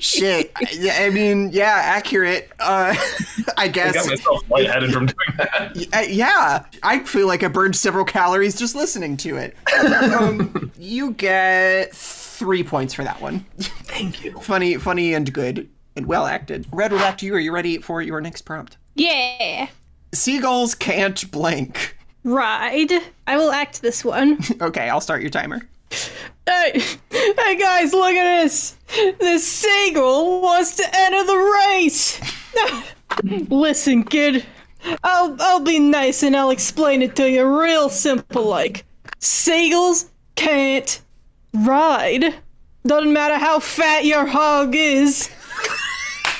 Shit. I, I mean, yeah, accurate. Uh, I
I
guess.
got myself lightheaded from doing that.
Y- uh, yeah, I feel like I burned several calories just listening to it. um, you get three points for that one.
Thank you.
Funny, funny, and good, and well acted. Red will back to you. Are you ready for your next prompt?
Yeah.
Seagulls can't blink.
Ride. I will act this one.
Okay, I'll start your timer.
Hey, hey guys, look at this! This seagull wants to enter the race! Listen, kid, I'll, I'll be nice and I'll explain it to you real simple like. Seagulls can't ride. Doesn't matter how fat your hog is.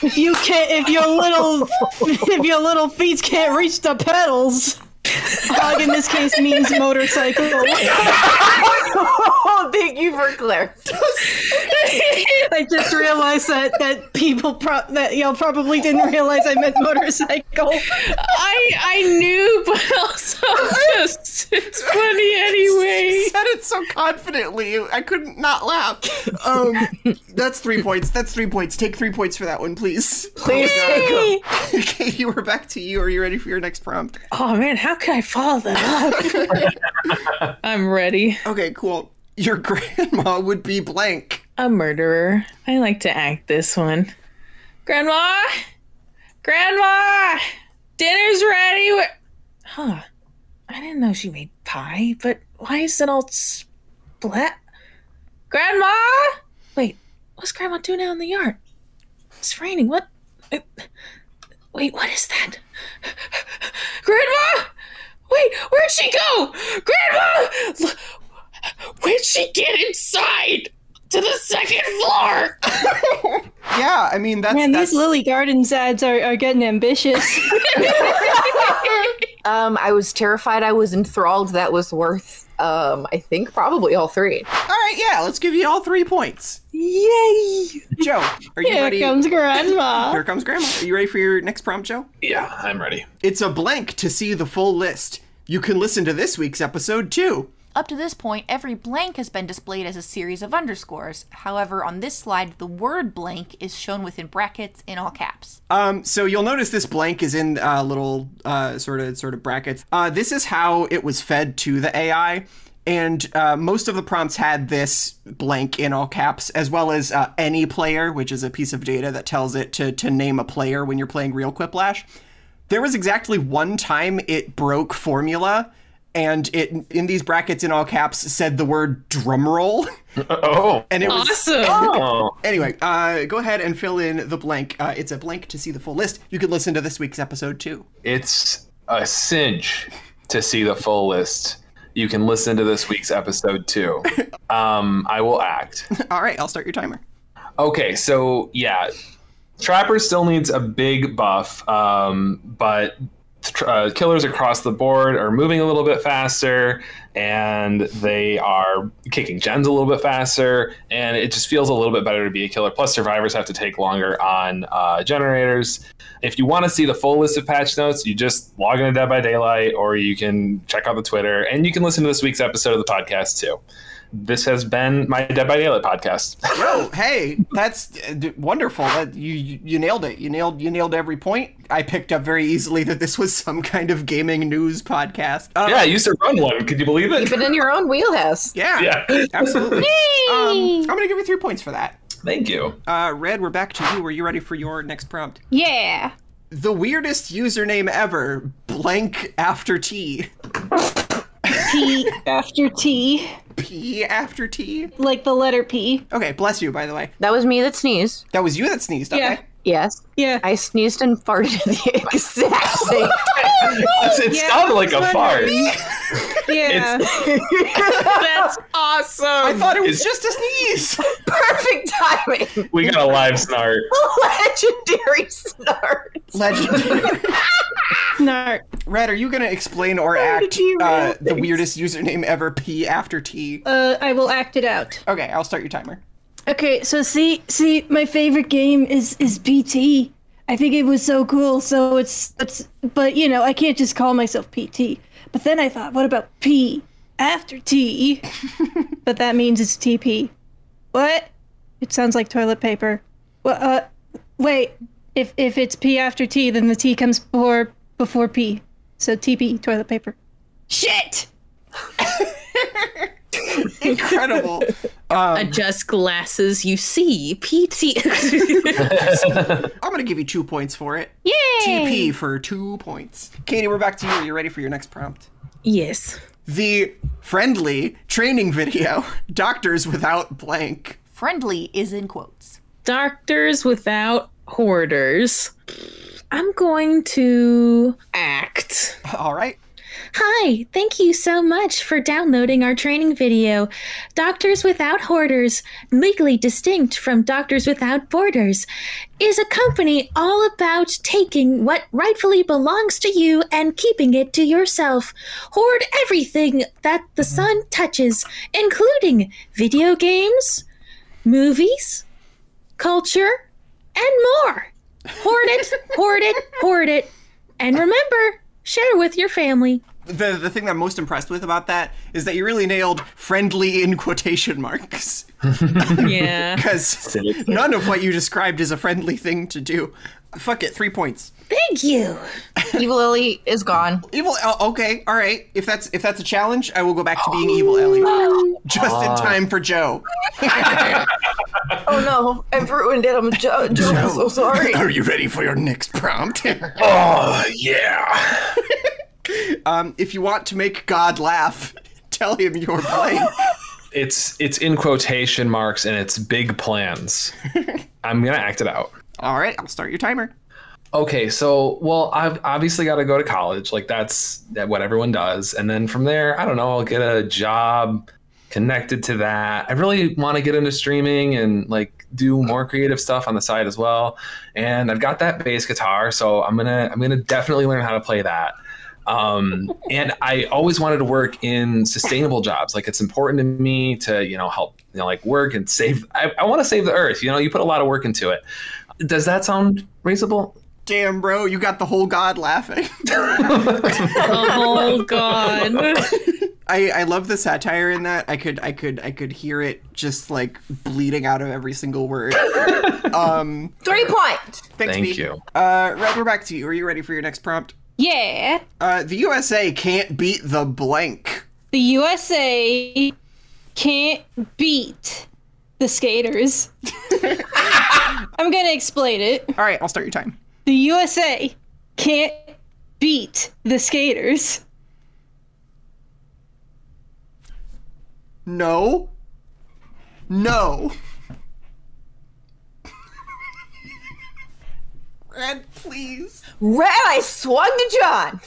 If you can't, if your little, if your little feet can't reach the pedals, hog in this case means motorcycle.
oh, thank you for clarifying.
I just realized that that people pro- that y'all probably didn't realize I meant motorcycle.
I I knew, but also just it's funny anyway.
said it so confidently, I couldn't not laugh. Um, that's three points. That's three points. Take three points for that one, please. Oh
Please take 'em.
okay, you were back to you. Are you ready for your next prompt?
Oh man, how could I follow that up? I'm ready.
Okay, cool. Your grandma would be blank.
A murderer. I like to act this one. Grandma, Grandma, dinner's ready. Wh- Huh? I didn't know she made pie, but why is it all splat? Grandma, wait, what's Grandma doing out in the yard? It's raining. What? I- Wait, what is that? Grandma! Wait, where'd she go? Grandma! L- Where'd she get inside? To the second floor!
Yeah, I mean that's
Man,
that's
these Lily Gardens ads are, are getting ambitious.
Um, I was terrified. I was enthralled. That was worth, um, I think, probably all three.
all right. Yeah, let's give you all three points.
Yay!
Joe, are you
Here
ready?
comes Grandma.
Here comes Grandma. Are you ready for your next prompt, Joe?
Yeah, I'm ready.
It's a blank to see the full list. You can listen to this week's episode too.
Up to this point, every blank has been displayed as a series of underscores. However, on this slide, the word blank is shown within brackets in all caps.
Um, so you'll notice this blank is in uh, little uh, sort of sort of brackets. Uh, this is how it was fed to the AI, and uh, most of the prompts had this blank in all caps, as well as uh, any player, which is a piece of data that tells it to to name a player when you're playing real Quiplash. There was exactly one time it broke formula, and it in these brackets in all caps said the word drumroll,
Oh.
and it was
Awesome!
Oh.
Anyway, uh, go ahead and fill in the blank. Uh, it's a blank to see the full list. You can listen to this week's episode too.
It's a cinch to see the full list. You can listen to this week's episode too. Um, I will act.
All right, I'll start your timer.
Okay, so yeah, Trapper still needs a big buff, um, but tr- uh, killers across the board are moving a little bit faster, and they are kicking gens a little bit faster, and it just feels a little bit better to be a killer. Plus, survivors have to take longer on uh, generators. If you want to see the full list of patch notes, you just log into Dead by Daylight, or you can check out the Twitter, and you can listen to this week's episode of the podcast too. This has been my Dead by Daylight podcast.
Oh, hey, that's uh, d- wonderful. That you you you nailed it. You nailed you nailed every point. I picked up very easily that this was some kind of gaming news podcast. Uh,
Yeah, I used to run one. Could you believe it?
Keep it in your own wheelhouse.
yeah,
Yeah.
absolutely. um, I'm gonna give you three points for that.
Thank you.
Uh, Red, we're back to you. Are you ready for your next prompt?
Yeah.
The weirdest username ever. Blank after T.
P after T,
P after T.
like the letter P.
Okay, bless you. By the way,
That was me that sneezed.
that was you that sneezed. Okay.
Yeah.
Yes.
Yeah.
I sneezed and farted at the exact same
it
Yeah, I
sounded like a
was
fart.
wondering. Yeah.
That's awesome.
I thought it was just a sneeze.
perfect timing.
We got a live snart.
Legendary snort.
Legend.
Snart.
Red, are you gonna explain or act
you
uh,
real
the weirdest username ever? P after T.
Uh, I will act it out.
Okay, I'll start your timer.
Okay, so see, see, my favorite game is is PT. I think it was so cool. So it's it's, but you know, I can't just call myself PT. But then I thought, what about P after T? but that means it's TP. What? It sounds like toilet paper. Well, uh, wait. If if it's P after T, then the T comes before before P. So TP toilet paper. Shit.
Incredible.
Adjust glasses, you see PT.
I'm gonna give you two points for it. Yay! TP for two points. Katie, we're back to you. You're ready for your next prompt.
yes.
The friendly training video, Doctors Without Blank.
Friendly is in quotes.
Doctors without hoarders. I'm going to act.
All right.
Hi, thank you so much for downloading our training video. Doctors Without Hoarders, legally distinct from Doctors Without Borders, is a company all about taking what rightfully belongs to you and keeping it to yourself. Hoard everything that the sun touches, including video games, movies, culture, and more. Hoard it, hoard it, hoard it. And remember, share with your family.
The, the thing that I'm most impressed with about that is that you really nailed friendly in quotation marks.
Yeah.
Because none of what you described is a friendly thing to do. Fuck it, three points.
Thank you.
Evil Lily is gone.
Evil. Oh, okay, all right. If that's if that's a challenge, I will go back to being evil, Ellie. Just in time for Joe.
Oh no, I've ruined it. I'm jo- Joe. I'm so sorry.
Are you ready for your next prompt?
Oh yeah.
um, if you want to make God laugh, tell him you're blank.
It's it's in quotation marks and it's big plans. I'm gonna act it out.
all right, I'll start your timer.
okay so well i've obviously got to go to college like that's that what everyone does and then from there i don't know i'll get a job connected to that i really want to get into streaming and like do more creative stuff on the side as well and i've got that bass guitar so i'm gonna i'm gonna definitely learn how to play that um, and I always wanted to work in sustainable jobs. Like it's important to me to you know help you know like work and save. I, I want to save the earth. You know, you put a lot of work into it. Does that sound reasonable?
Damn, bro, you got the whole God laughing.
Oh god.
I, I love the satire in that. I could I could I could hear it just like bleeding out of every single word. um,
Three point.
thanks,
Thank
Bea.
you.
Uh, Red, we're back to you. Are you ready for your next prompt?
Yeah.
Uh, the USA can't beat the blank.
the USA can't beat the skaters. I'm going to explain it.
All right, I'll start your time.
The USA can't beat the skaters.
No. No. Red, please.
Red, I swung to John.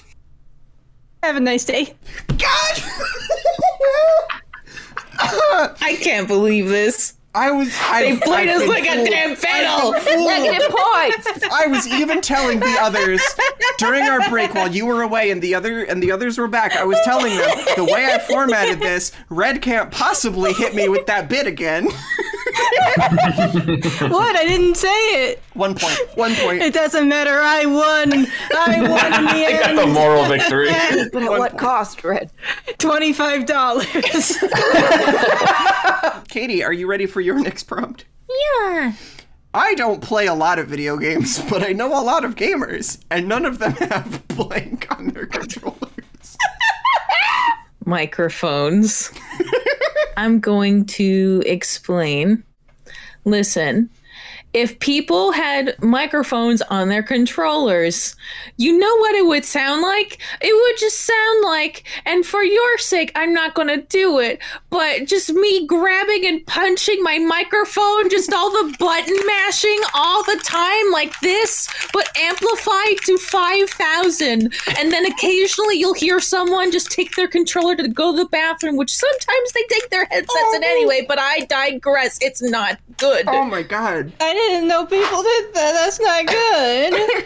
Have a nice day.
God!
I can't believe this.
I was. I, they
Played us like a damn fiddle.
Negative point.
I was even telling the others during our break while you were away and the other and the others were back. I was telling them the way I formatted this, Red can't possibly hit me with that bit again.
what? I didn't say it.
One point. One point.
It doesn't matter. I won. I won in the
I got
end.
the moral victory.
But at what cost, Red?
$25.
Katie, are you ready for your next prompt?
Yeah.
I don't play a lot of video games, but I know a lot of gamers, and none of them have blank on their controllers.
Microphones. I'm going to explain. Listen, if people had microphones on their controllers, you know what it would sound like? It would just sound like, and for your sake, I'm not going to do it, but just me grabbing and punching my microphone, just all the button mashing all the time like this, but amplified to 5,000. And then occasionally you'll hear someone just take their controller to go to the bathroom, which sometimes they take their headsets in anyway, but I digress. It's not good.
Oh my god.
I didn't know people did that. That's not good.
I-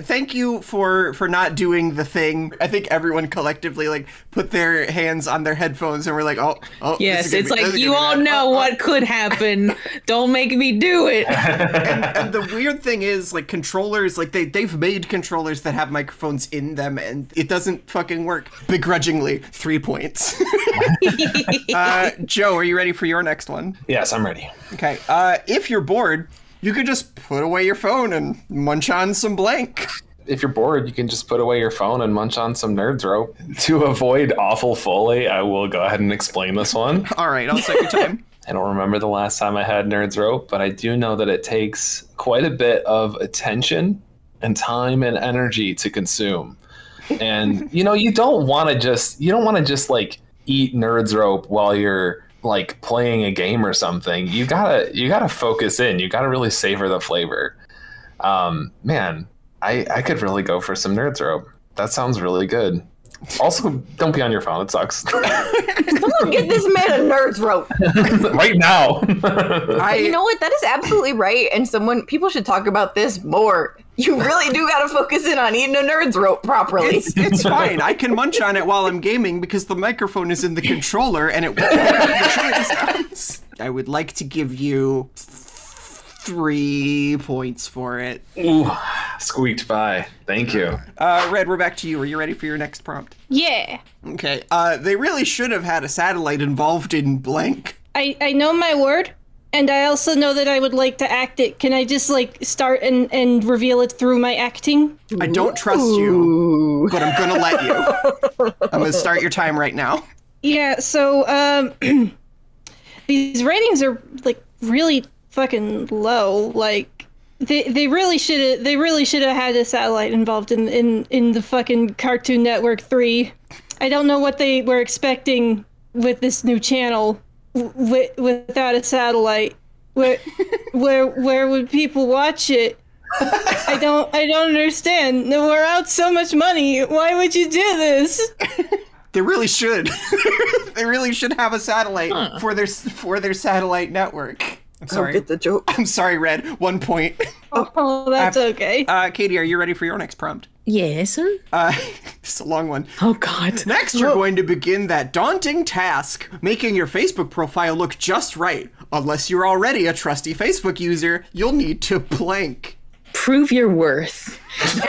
Thank you for for not doing the thing. I think everyone collectively like put their hands on their headphones and we're like, oh, oh. this is
Yes,
gonna
it's
be- this is
like
gonna
you
be
all
bad.
know
Oh, oh."
what could happen. Don't make me do it.
and, and the weird thing is like controllers like they, they've made controllers that have microphones in them and it doesn't fucking work begrudgingly three points uh, joe are you ready for your next one
Yes, I'm ready.
okay uh, if you're bored you could just put away your phone and munch on some blank
If you're bored, you can just put away your phone and munch on some nerds rope. To avoid awful foley, I will go ahead and explain this one.
all right i'll set your time
I don't remember the last time I had Nerds Rope, but I do know that it takes quite a bit of attention and time and energy to consume. And you know, you don't want to just you don't want to just like eat Nerds Rope while you're like playing a game or something. You gotta you gotta focus in. You gotta really savor the flavor. Um, man, I I could really go for some Nerds Rope. That sounds really good. Also, don't be on your phone. It sucks.
Come on, get this man a nerd's rope.
right now.
i
You know what? That is absolutely right. And someone, people should talk about this more. You really do got to focus in on eating a nerd's rope properly.
it's, it's fine. I can munch on it while I'm gaming because the microphone is in the controller and it won't pick up your chewing sounds. I would like to give you three points for it.
Ooh, squeaked by. Thank you.
Uh, Red, we're back to you. Are you ready for your next prompt?
yeah.
Okay. Uh, they really should have had a satellite involved in blank.
I, I know my word, and I also know that I would like to act it. Can I just like start and, and reveal it through my acting?
I don't trust you, but I'm gonna let you. I'm gonna start your time right now.
Yeah, so um these ratings are like really fucking low. Like they they really should have they really should have had a satellite involved in, in in the fucking Cartoon Network 3. I don't know what they were expecting with this new channel w- wi- without a satellite. Where where where would people watch it? I don't I don't understand. We're out so much money. Why would you do this?
They really should. they really should have a satellite for their for their satellite network. I'm sorry.
Get the joke.
I'm sorry, Red. One point.
Oh, that's okay.
Uh, Katie, are you ready for your next prompt?
Yes.
Uh, it's a long one.
Oh God.
Next, you're going to begin that daunting task making your Facebook profile look just right. Unless you're already a trusty Facebook user, you'll need to blank.
prove your worth.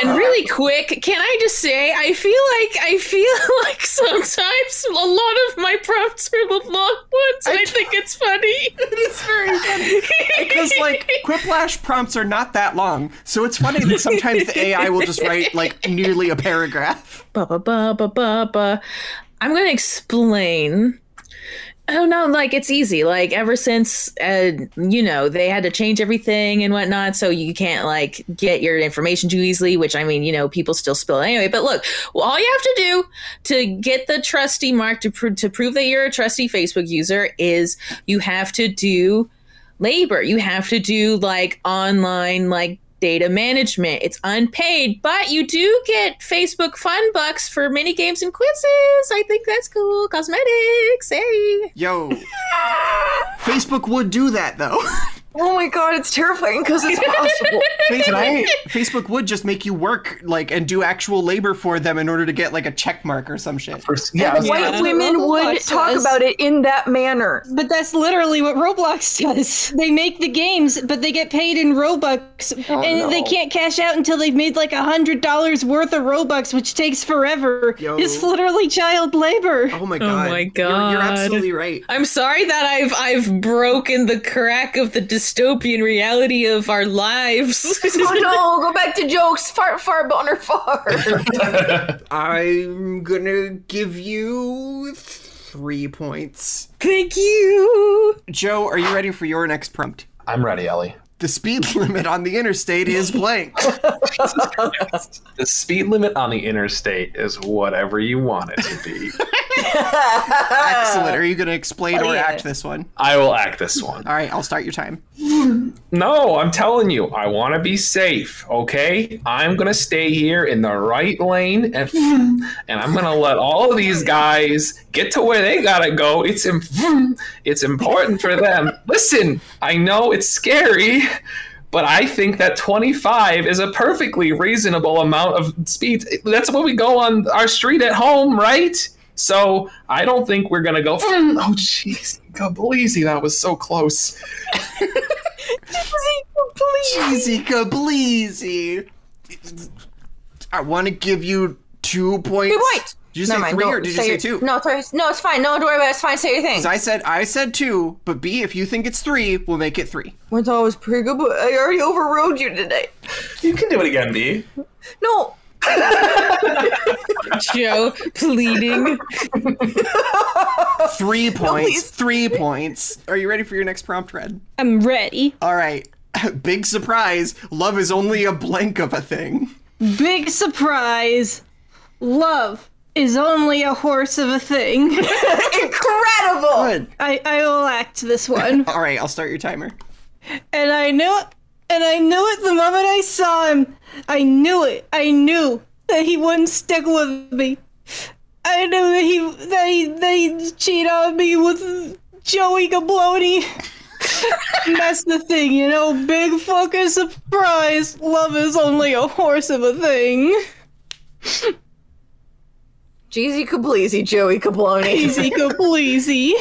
And really quick, can I just say I feel like I feel like sometimes a lot of my prompts are the long ones. and I think it's funny.
It is very funny. Because, like, Quiplash prompts are not that long, so it's funny that sometimes the AI will just write, like, nearly a paragraph.
ba ba ba ba ba ba. I'm gonna explain. Oh no, like it's easy. Like ever since uh, you know they had to change everything and whatnot, so you can't like get your information too easily. Which I mean, you know, people still spill it anyway. But look, well, all you have to do to get the trustee mark to pro- to prove that you're a trustee Facebook user is you have to do labor. You have to do like online like data management. It's unpaid, but you do get Facebook fun bucks for mini games and quizzes. I think that's cool. Cosmetics. Hey.
Yo. Facebook would do that, though.
Oh my god, it's terrifying because it's possible.
Facebook, Facebook would just make you work, like, and do actual labor for them in order to get, like, a check mark or some shit.
yeah, I was-
White
Yeah.
women would
Roblox
talk
is-
about it in that manner.
But that's literally what Roblox does. They make the games, but they get paid in Robux, and
no.
they can't cash out until they've made like a hundred dollars worth of Robux, which takes forever.
Yo.
It's literally child labor.
Oh my god.
my
You're, you're
God.
absolutely right.
I'm sorry that I've I've broken the crack of the dystopian reality of our lives.
Oh no, go back to jokes. Fart, fart, boner, fart.
I'm gonna give you three points.
Thank you.
Joe, are you ready for your next prompt?
I'm ready, Ellie.
The speed limit on the interstate is blank.
The speed limit on the interstate is whatever you want it to be.
Excellent. Are you going to explain or
yeah.
act this one?
I will act this one.
All right, I'll start your time.
No, I'm telling you, I want to be safe, okay? I'm going to stay here in the right lane and and I'm going to let all of these guys get to where they got to go. It's im- it's important for them. Listen, I know it's scary, but I think that 25 is a perfectly reasonable amount of speed. That's what we go on our street at home, right? So I don't think we're gonna go. Oh, jeez, Gablisi, that was so close.
Cheesy kableezy. I want to give you two points.
Two points.
Did you
Never
say
mind,
three
don't
or did you
say
say
your-
two?
No, it's, alright. no, it's fine. No, don't worry about it. It's fine. Say your thing.
'Cause I said I said two, but B, if you think it's three, we'll make it three.
I thought it was pretty good, but I already overrode you today.
You can do it again, B.
No,
Joe pleading.
Three points.
please.
three points. Are you ready for your next prompt, Red?
I'm ready.
All right. Big surprise. Love is only a blank of a thing.
Big surprise. Love is only a horse of a thing.
incredible.
Good.
I, I will act this one.
All right, I'll start your timer.
And I knew it. And I knew it the moment I saw him. I knew it. I knew that he wouldn't stick with me. I knew that he that he that he'd cheat on me with Joey Gabloni. And That's the thing, you know. Big fucking surprise. Love is only a horse of a thing.
Jeezy Kableezy, Joey Cabloni.
Easy, pleasey.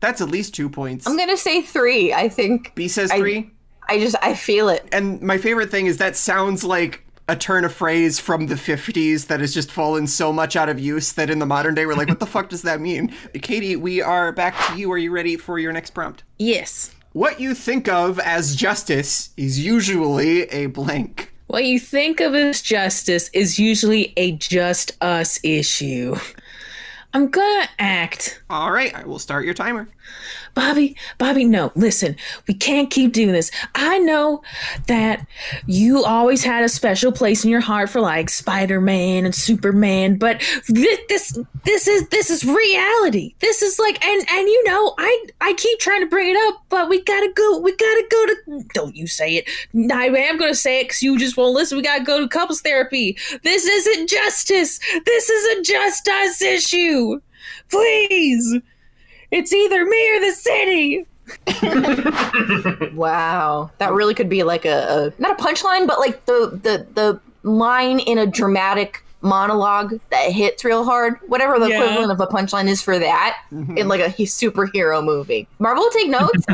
That's at least two points.
I'm gonna say three. I think.
B says
I-
three.
I just I feel it.
and my favorite thing is that sounds like a turn of phrase from the 50s that has just fallen so much out of use that in the modern day we're like, what the fuck does that mean? Katie, we are back to you. Are you ready for your next prompt?
Yes.
What you think of as justice is usually a blank.
What you think of as justice is usually a just us issue. I'm gonna act.
All right, I will start your timer.
Bobby, Bobby, no, listen, we can't keep doing this. I know that you always had a special place in your heart for like Spider-Man and Superman, but this this, this is this is reality. This is like and and you know, I I keep trying to bring it up, but we gotta go, we gotta go to don't you say it. I am gonna say it because you just won't listen. We gotta go to couples therapy. This isn't justice. This is a just us issue. Please. It's either me or the city.
Wow, that really could be like a, a not a punchline, but like the the the line in a dramatic monologue that hits real hard. Whatever the
Yeah.
equivalent of a punchline is for that in like a he- superhero movie. Marvel, take notes.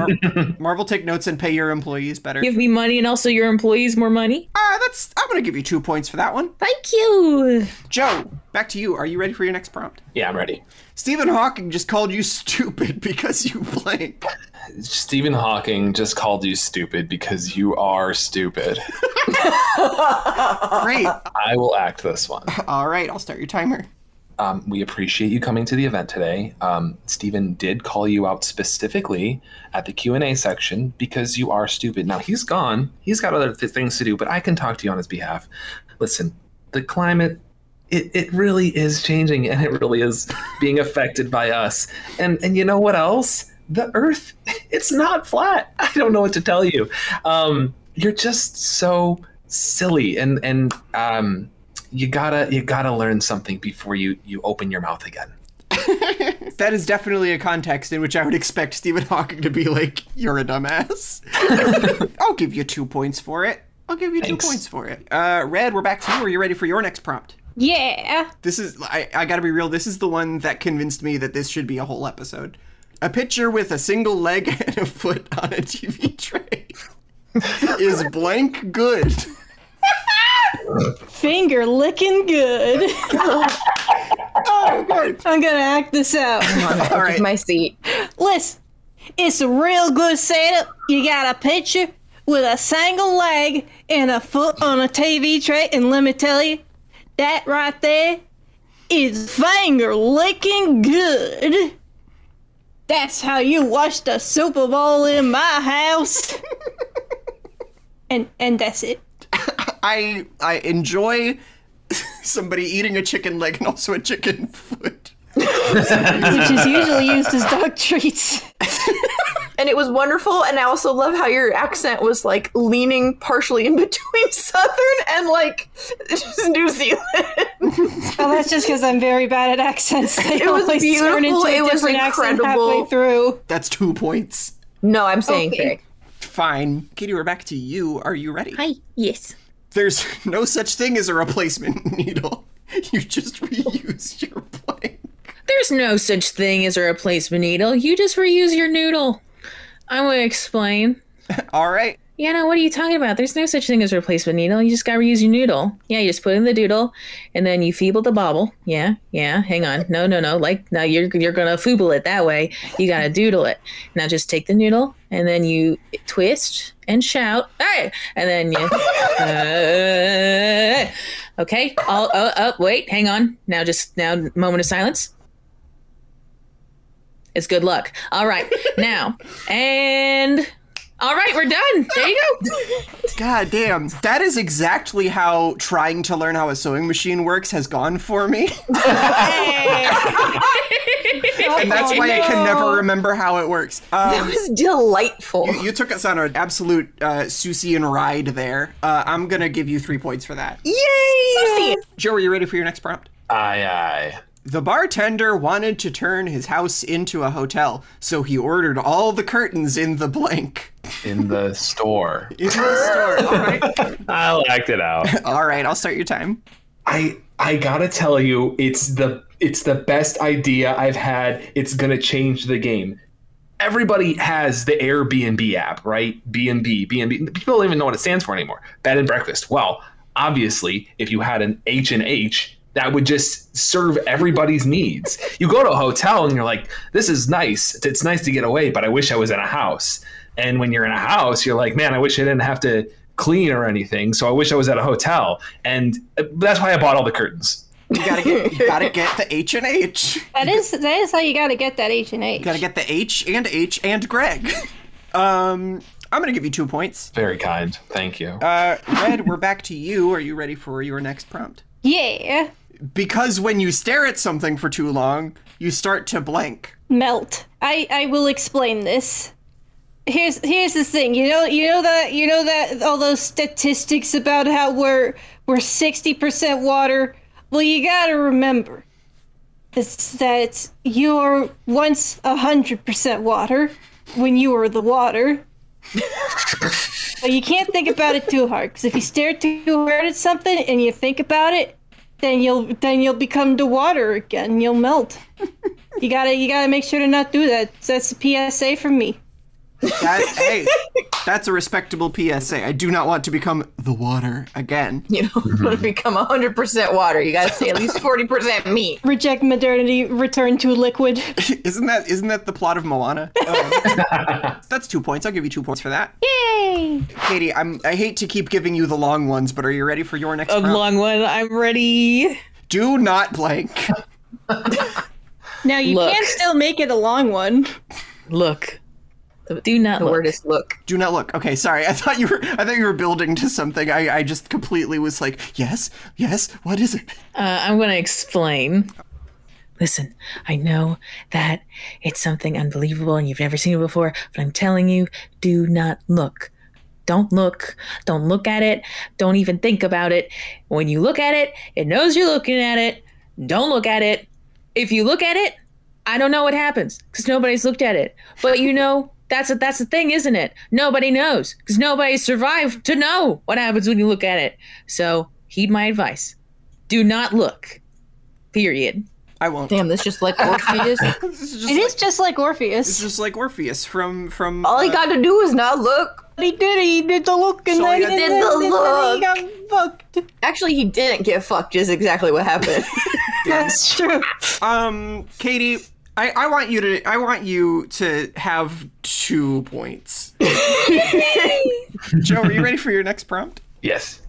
Marvel, take notes and pay your employees better.
Give me money and also your employees more money.
Ah, that's. I'm gonna give you two points for that one.
Thank you.
Joe, back to you. Are you ready for your next prompt?
Yeah, I'm ready.
Stephen Hawking just called you stupid because you blank.
Stephen Hawking just called you stupid because you are stupid.
Great.
I will act this one.
All right, I'll start your timer.
Um, we appreciate you coming to the event today. Um, Stephen did call you out specifically at the Q and A section because you are stupid. Now he's gone. He's got other th- things to do, but I can talk to you on his behalf. Listen, the climate. It, it really is changing and it really is being affected by us. And and you know what else? The earth, it's not flat. I don't know what to tell you. Um, you're just so silly and and um, you gotta you gotta learn something before you you open your mouth again
That is definitely a context in which I would expect Stephen Hawking to be like, "You're a dumbass." I'll give you two points for it. I'll give you
Thanks.
two points for it. Uh, Red, we're back to you. Are you ready for your next prompt?
Yeah.
This is I, I gotta be real. This is the one that convinced me that this should be a whole episode. A picture with a single leg and a foot on a TV tray is blank good.
Finger licking good.
Oh god!
I'm gonna act this out.
All right.
My seat.
Listen, it's a real good setup. You got a picture with a single leg and a foot on a TV tray, and let me tell you, that right there is finger licking good. That's how you watch the Super Bowl in my house. and and that's it.
I I enjoy somebody eating a chicken leg and also a chicken foot.
Which is usually used as dog treats.
and it was wonderful. And I also love how your accent was like leaning partially in between Southern and like just New Zealand.
Oh, that's just because I'm very bad at accents. They it
was beautiful. It was incredible.
Halfway through.
That's two points.
No, I'm saying
Okay.
fake.
Fine. Katie, we're back to you. Are you ready?
Hi. Yes.
There's no such thing as a replacement needle. You just reuse your blank.
There's no such thing as a replacement needle. You just reuse your noodle. I'm going to explain.
All right.
Yeah, no, what are you talking about? There's no such thing as a replacement needle. You just got to reuse your noodle. Yeah, you just put in the doodle and then you feeble the bobble. Yeah, yeah, hang on. No, no, no. Like, no, you're, you're going to fooble it that way. You got to doodle it. Now just take the noodle and then you twist and shout. Hey! And then you. Uh, okay. All, oh, oh, wait, hang on. Now just, now, moment of silence. It's good luck. All right. Now, and. All right, we're done. There you go.
God damn. That is exactly how trying to learn how a sewing machine works has gone for me. and that's why I can never remember how it works. Um,
It was delightful.
You took us on an absolute uh, Susie and ride there. Uh, I'm gonna give you three points for that.
Yay!
Joe, are you ready for your next prompt?
Aye, aye.
The bartender wanted to turn his house into a hotel, so he ordered all the curtains in the blank.
In the store.
In the store. All right.
I'll act it out.
All right, I'll start your time.
I I gotta tell you, it's the it's the best idea I've had. It's gonna change the game. Everybody has the Airbnb app, right? B and B, B and B. People don't even know what it stands for anymore. Bed and breakfast. Well, obviously, if you had an H and H, that would just serve everybody's needs. You go to a hotel and you're like, "This is nice. It's- It's nice to get away, but I wish I was in a house." And when you're in a house, you're like, "Man, I wish I didn't have to clean or anything. So I wish I was at a hotel." And uh, that's why I bought all the curtains.
You gotta get, you gotta get the H and H. You
That is that is how you gotta get that H and H.
gotta get the H and H and Greg. Um, I'm gonna give you two points.
Very kind. Thank you.
Uh, Red, we're back to you. Are you ready for your next prompt?
Yeah.
Because when you stare at something for too long, you start to blank.
melt. I I will explain this. Here's here's the thing. You know you know that you know that all those statistics about how we're we're 60% water. Well, you got to remember it's that you're once 100% water when you were the water. but you can't think about it too hard cuz if you stare too hard at something and you think about it, then you'll then you'll become the water again. You'll melt. You gotta, you gotta make sure to not do that. That's a PSA from me.
That, hey, that's a respectable PSA. I do not want to become the water again.
You know, to become 100% water, you gotta say at least 40% meat.
Reject modernity, return to liquid.
Isn't that isn't that the plot of Moana? Um, that's two points. I'll give you two points for that.
Yay!
Katie, I'm I hate to keep giving you the long ones, but are you ready for your next
A
prompt?
long one. I'm ready.
do not blank.
Now you
Look.
can still make it a long one.
Look. Do not
The
look.
word is look.
Do not look. Okay, sorry. I thought you were I thought you were building to something. I, I just completely was like, yes, yes, what is it?
Uh, I'm going to explain. Listen, I know that it's something unbelievable and you've never seen it before, but I'm telling you, do not look. Don't look. Don't look at it. Don't even think about it. When you look at it, it knows you're looking at it. Don't look at it. If you look at it, I don't know what happens because nobody's looked at it. But you know, that's a, that's the thing, isn't it? Nobody knows because nobody survived to know what happens when you look at it. So heed my advice: do not look. Period.
I won't.
Damn, this just like Orpheus.
This is just,
It is just like
it's
Orpheus.
just like Orpheus from from
All he
uh,
got to do is not look.
He did it. He did the look, and
So
then
he
and
did
then-
the
and then he got fucked.
Actually, he didn't get fucked. Is exactly what happened.
That's true.
Um, Katie, I, I want you to I want you to have two points. Joe, are you ready for your next prompt?
yes.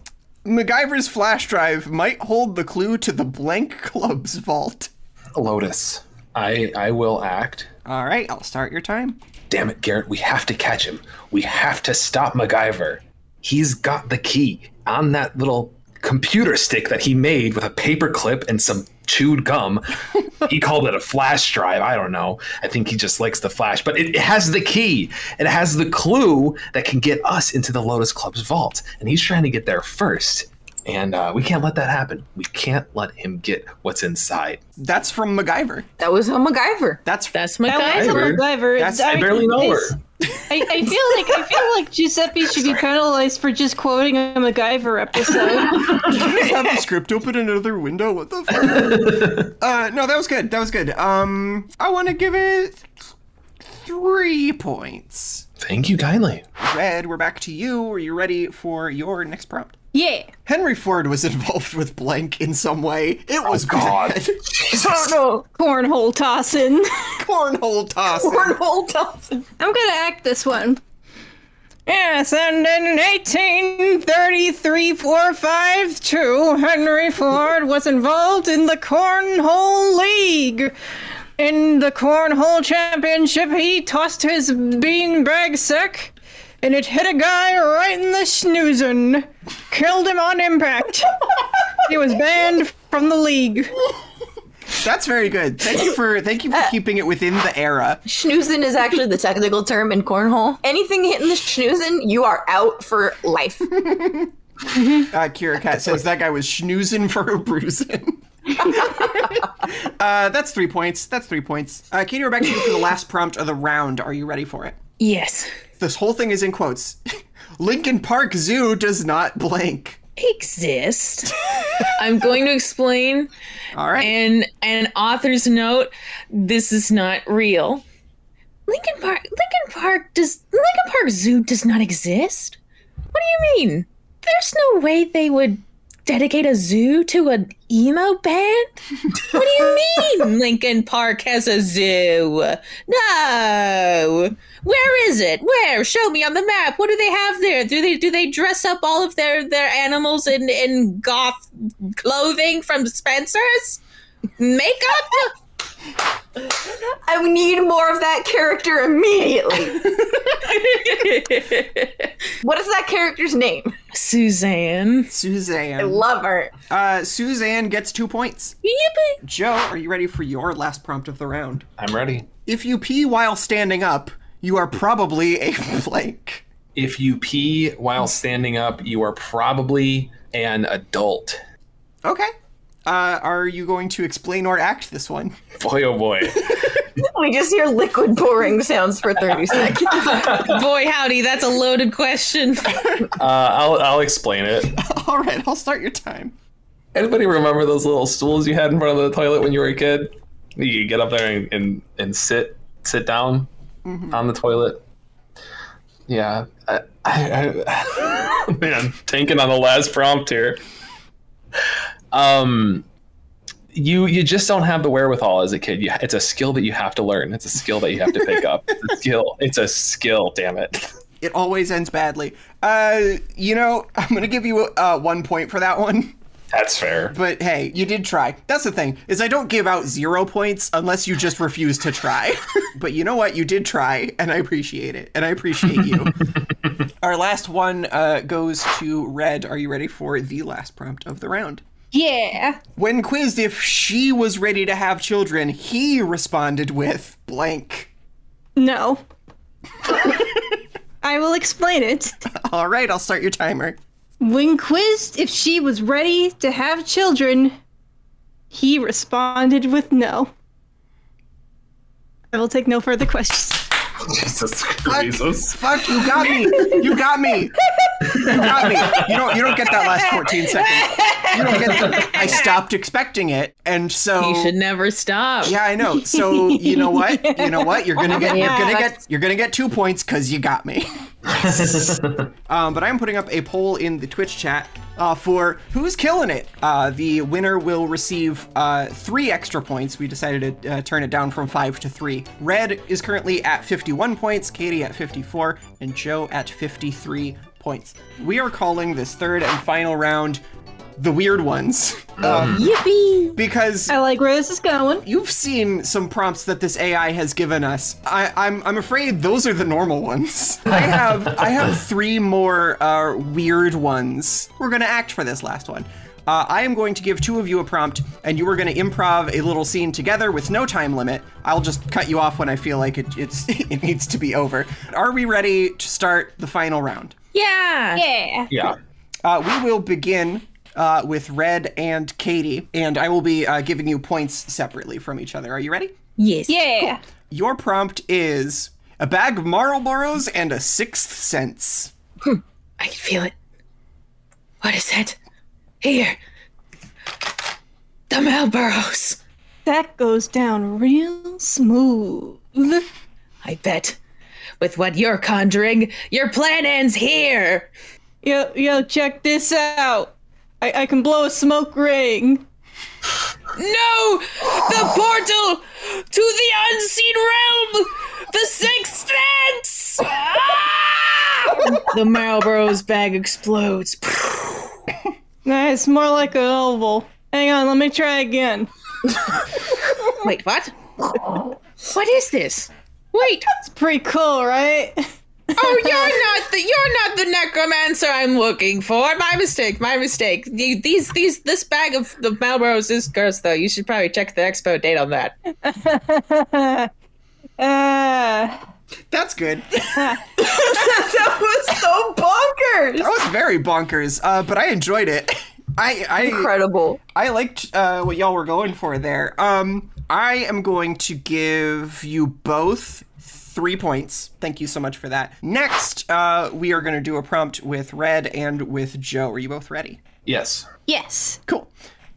MacGyver's flash drive might hold the clue to the blank club's vault.
Lotus. I I will act.
All right, I'll start your time.
Damn it, Garrett, we have to catch him. We have to stop MacGyver. he's got the key on that little computer stick that he made with a paper clip and some chewed gum. he called it a flash drive. I don't know. I think he just likes the flash, but it, it has the key. It has the clue that can get us into the Lotus Club's vault. And he's trying to get there first. And uh, we can't let that happen. We can't let him get what's inside.
That's from MacGyver.
That was a MacGyver.
That's from
That's
That
MacGyver.
was a MacGyver.
MacGyver.
That's- I
I barely know her.
it's- I, I feel like I feel like Giuseppe should be penalized for just quoting a MacGyver episode.
have the script open another window. What the fuck? uh, no, that was good. That was good. Um, I want to give it three points.
Thank you kindly.
Red, we're back to you. Are you ready for your next prompt?
yeah.
Henry Ford was involved with blank in some way. It was
God.
bad.
Oh no, cornhole tossing.
Cornhole toss.
Cornhole Dawson.
I'm gonna act this one. Yes, and in 1833 452, Henry Ford was involved in the Cornhole League. In the Cornhole Championship, he tossed his beanbag sack, and it hit a guy right in the schnoozin'. Killed him on impact. he was banned from the league.
That's very good. Thank you for thank you for keeping it within the era.
Schnoozin is actually the technical term in cornhole. Anything hitting the schnoozin, you are out for life.
Uh, Kira Cat says that guy was schnoozing for a bruising. uh, that's three points. That's three points. Uh, Katie, we're back to you for the last prompt of the round. Are you ready for it?
Yes.
This whole thing is in quotes. Lincoln Park Zoo does not blank.
Exist. I'm going to explain
All right.
and an author's note this is not real lincoln park lincoln park does lincoln park zoo does not exist what do you mean there's no way they would dedicate a zoo to an emo band what do you mean lincoln park has a zoo no where is it where show me on the map what do they have there do they do they dress up all of their their animals in in goth clothing from spencer's makeup?
I need more of that character immediately. What is that character's name?
Suzanne.
I
Suzanne.
love her.
Uh, Suzanne gets two points.
Yippee.
Joe, are you ready for your last prompt of the round?
I'm ready.
If you pee while standing up, you are probably a blank.
If you pee while standing up, you are probably an adult.
Okay. Uh, are you going to explain or act this one?
Boy, oh boy.
We just hear liquid pouring sounds for 30 seconds.
Boy, howdy, that's a loaded question.
Uh, I'll, I'll explain it.
All right, I'll start your time.
Anybody remember those little stools you had in front of the toilet when you were a kid? You could get up there and, and, and sit sit down on the toilet. Yeah, I, I, I, man, tanking on the last prompt here. Um, you you just don't have the wherewithal as a kid. You, it's a skill that you have to learn. It's a skill that you have to pick up. It's a skill. It's a skill. Damn it.
It always ends badly. Uh, you know, I'm gonna give you uh, one point for that one.
That's fair.
But hey, you did try. That's the thing is I don't give out zero points unless you just refuse to try. but you know what? You did try, and I appreciate it, and I appreciate you. Our last one uh, goes to Red. Are you ready for the last prompt of the round?
Yeah.
When quizzed if she was ready to have children, he responded with blank.
No. I will explain it.
All right, I'll start your timer.
When quizzed if she was ready to have children, he responded with no. I will take no further questions.
Jesus Jesus.
Fuck, you got me. You got me. You got me. You don't you don't get that last 14 seconds. You don't get that. I stopped expecting it. And so
You should never stop.
Oh. Yeah, I know. So, you know what? You know what? You're going to get you're
Yeah.
going to get you're going to get 2 points cuz you got me. um, but I am putting up a poll in the Twitch chat uh, for who's killing it. Uh, the winner will receive uh, three extra points. We decided to uh, turn it down from five to three. Red is currently at 51 points, Katie at 54, and Joe at 53 points. We are calling this third and final round the weird ones. Um,
Yippee!
because
I like where this is going.
you've seen some prompts that this AI has given us. I, I'm I'm afraid those are the normal ones. I have I have three more uh, weird ones. We're gonna act for this last one. Uh, I am going to give two of you a prompt, and you are going to improv a little scene together with no time limit. I'll just cut you off when I feel like it, it's it needs to be over. Are we ready to start the final round?
Yeah.
Yeah.
Yeah.
Uh, we will begin uh, with Red and Katie, and I will be uh, giving you points separately from each other. Are you ready?
Yes.
Yeah.
Your prompt is a bag of Marlboros and a sixth sense.
I can feel it. What is that? Here. The Malboros.
That goes down real smooth.
I bet. With what you're conjuring, your plan ends here.
Yo, yo, check this out. I, I can blow a smoke ring.
No! The portal to the unseen realm! The sixth sense! Ah! the Marlboros bag explodes.
Nah, it's more like an oval. Hang on, let me try again.
Wait, what? What is this? Wait!
It's pretty cool, right?
Oh, you're not the you're not the necromancer I'm looking for. My mistake. My mistake. The- These these this bag of the Malboros is cursed, though. You should probably check the expo date on that.
Uh,
That's good. That
That was so bonkers!
was very bonkers, uh, but I enjoyed it. I I,
Incredible.
I liked uh, what y'all were going for there. Um, I am going to give you both three points. Thank you so much for that. Next, uh, we are going to do a prompt with Red and with Joe. Are you both ready?
Yes.
yes.
Cool.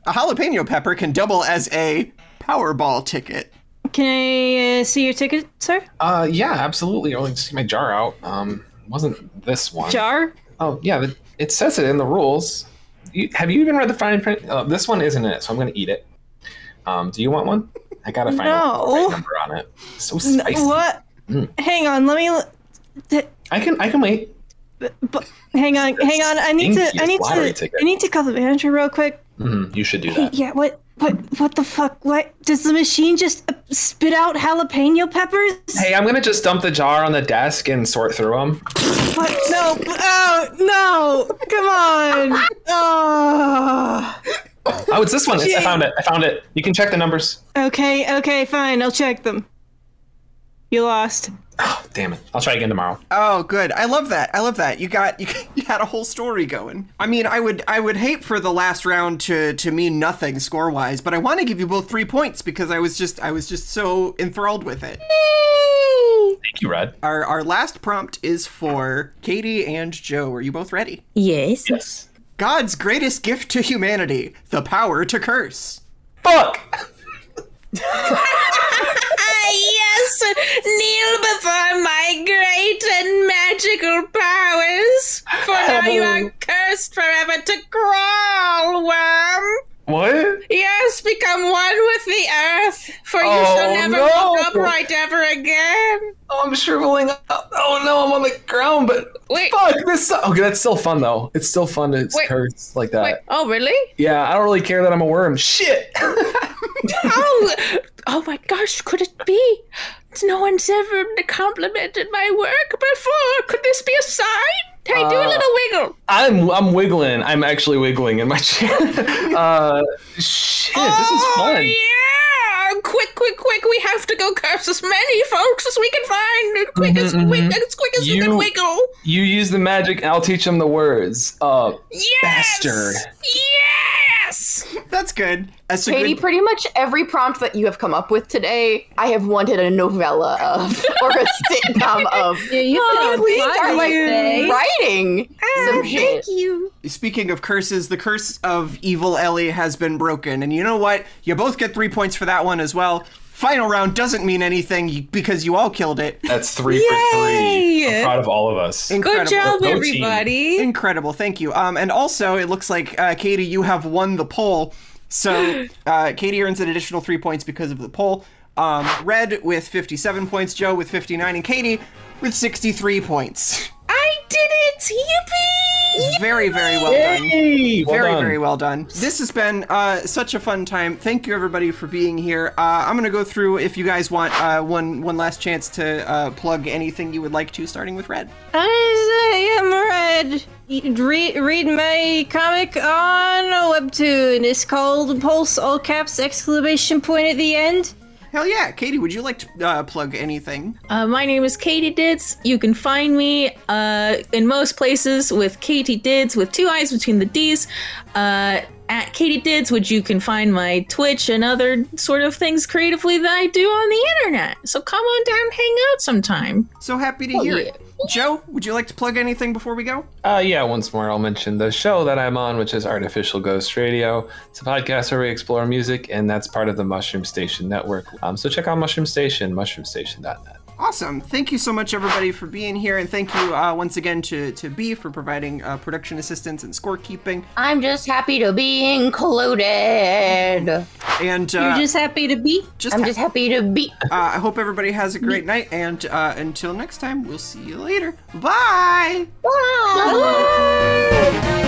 A jalapeno pepper can double as a Powerball ticket.
Can I uh, see your ticket, sir?
Uh, yeah, absolutely. I'll just get my jar out. Um, it wasn't this one.
Jar?
Oh, yeah. It, it says it in the rules. You, have you even read the fine print? Oh, this one isn't in it, so I'm going to eat it. Um, do you want one? I got to find out the
No.
right number on it. So spicy.
What? Hang on, let me. l-
I can I can wait.
But, hang on, hang on. I need to. I
Stinkiest
need
lottery
to.
ticket.
I need to call the manager real quick.
Mhm, you should do that.
Yeah. What? What? What the fuck? What? Does the machine just uh, spit out jalapeno peppers?
Hey, I'm gonna just dump the jar on the desk and sort through them.
What? No. Oh no! Come on. Oh.
Oh, it's this one. It's- I found it. I found it. You can check the numbers.
Okay. Okay. Fine. I'll check them. You lost.
Oh, damn it. I'll try again tomorrow.
Oh, good. I love that. I love that. You got you, you had a whole story going. I mean, I would I would hate for the last round to to mean nothing score wise, but I want to give you both three points because I was just I was just so enthralled with it.
Thank you, Red.
Our our last prompt is for Katie and Joe. Are you both ready?
Yes.
Yes.
God's greatest gift to humanity: the power to curse.
Fuck.
Ah, yes, kneel before my great and magical powers, for now you are cursed forever to crawl, worm.
What?
Yes, become one with the earth, for you shall
Oh,
never
no.
walk upright ever again.
I'm shriveling up. Oh no, I'm on the ground. But
Wait.
fuck this. su- Okay, that's still fun though. It's still fun to
Wait.
curse like that.
Wait, oh really?
Yeah, I don't really care that I'm a worm. Shit.
Oh, oh my gosh, could it be? No one's ever complimented my work before. Could this be a sign? Hey, do a
Uh,
little wiggle.
I'm I'm wiggling. I'm actually wiggling in my chair. uh, shit. This is
Oh,
fun.
yeah! Quick, quick, quick! We have to go curse as many folks as we can find. Quick as quick as quick as you can
Mm-hmm, You-
wiggle.
You use the magic. I'll teach them the words. Uh,
Yes!
Bastard.
Yes!
That's good. That's a
Katie,
good-
pretty much every prompt that you have come up with today, I have wanted a novella of or a sitcom of.
Yeah, you
You really are like writing some shit.
you.
Speaking of curses, the curse of evil Ellie has been broken. And you know what? You both get three points for that one as well. Final round doesn't mean anything y- because you all killed it.
That's three for three. I'm proud of all of us.
Incredible.
Good job,
Go team.
everybody.
Incredible. Thank you. Um, and also, it looks like, uh, Katie, you have won the poll. So uh, Katie earns an additional three points because of the poll. Um, Red with 57 points, Joe with 59, and Katie with 63 points.
I did it! Yippee!
Very, very well done.
Hey, well
very,
done.
very well done. This has been uh, such a fun time. Thank you, everybody, for being here. Uh, I'm gonna go through if you guys want uh, one one last chance to uh, plug anything you would like to, starting with Red.
I am Red. Read, read my comic on a webtoon. It's called Pulse, all caps, exclamation point at the end.
Hell yeah, Katie, would you like to uh, plug anything?
Uh, my name is Katie Dids. You can find me uh, in most places with Katie Dids with two eyes between the D's. Uh, at Katie Dids, which you can find my Twitch and other sort of things creatively that I do on the internet. So come on down and hang out sometime.
So happy to hear it. Joe, would you like to plug anything before we go?
Uh, yeah, once more, I'll mention the show that I'm on, which is Artificial Ghost Radio. It's a podcast where we explore music, and that's part of the Mushroom Station Network. Um, so check out Mushroom Station, mushroomstation.net.
Awesome. Thank you so much, everybody, for being here, and thank you uh, once again to to B for providing uh, production assistance and scorekeeping.
I'm just happy to be included.
And uh,
You're just happy to be.
just
I'm just happy to be.
Uh, I hope everybody has a great night, and uh, until next time, we'll see you later. Bye!
Bye.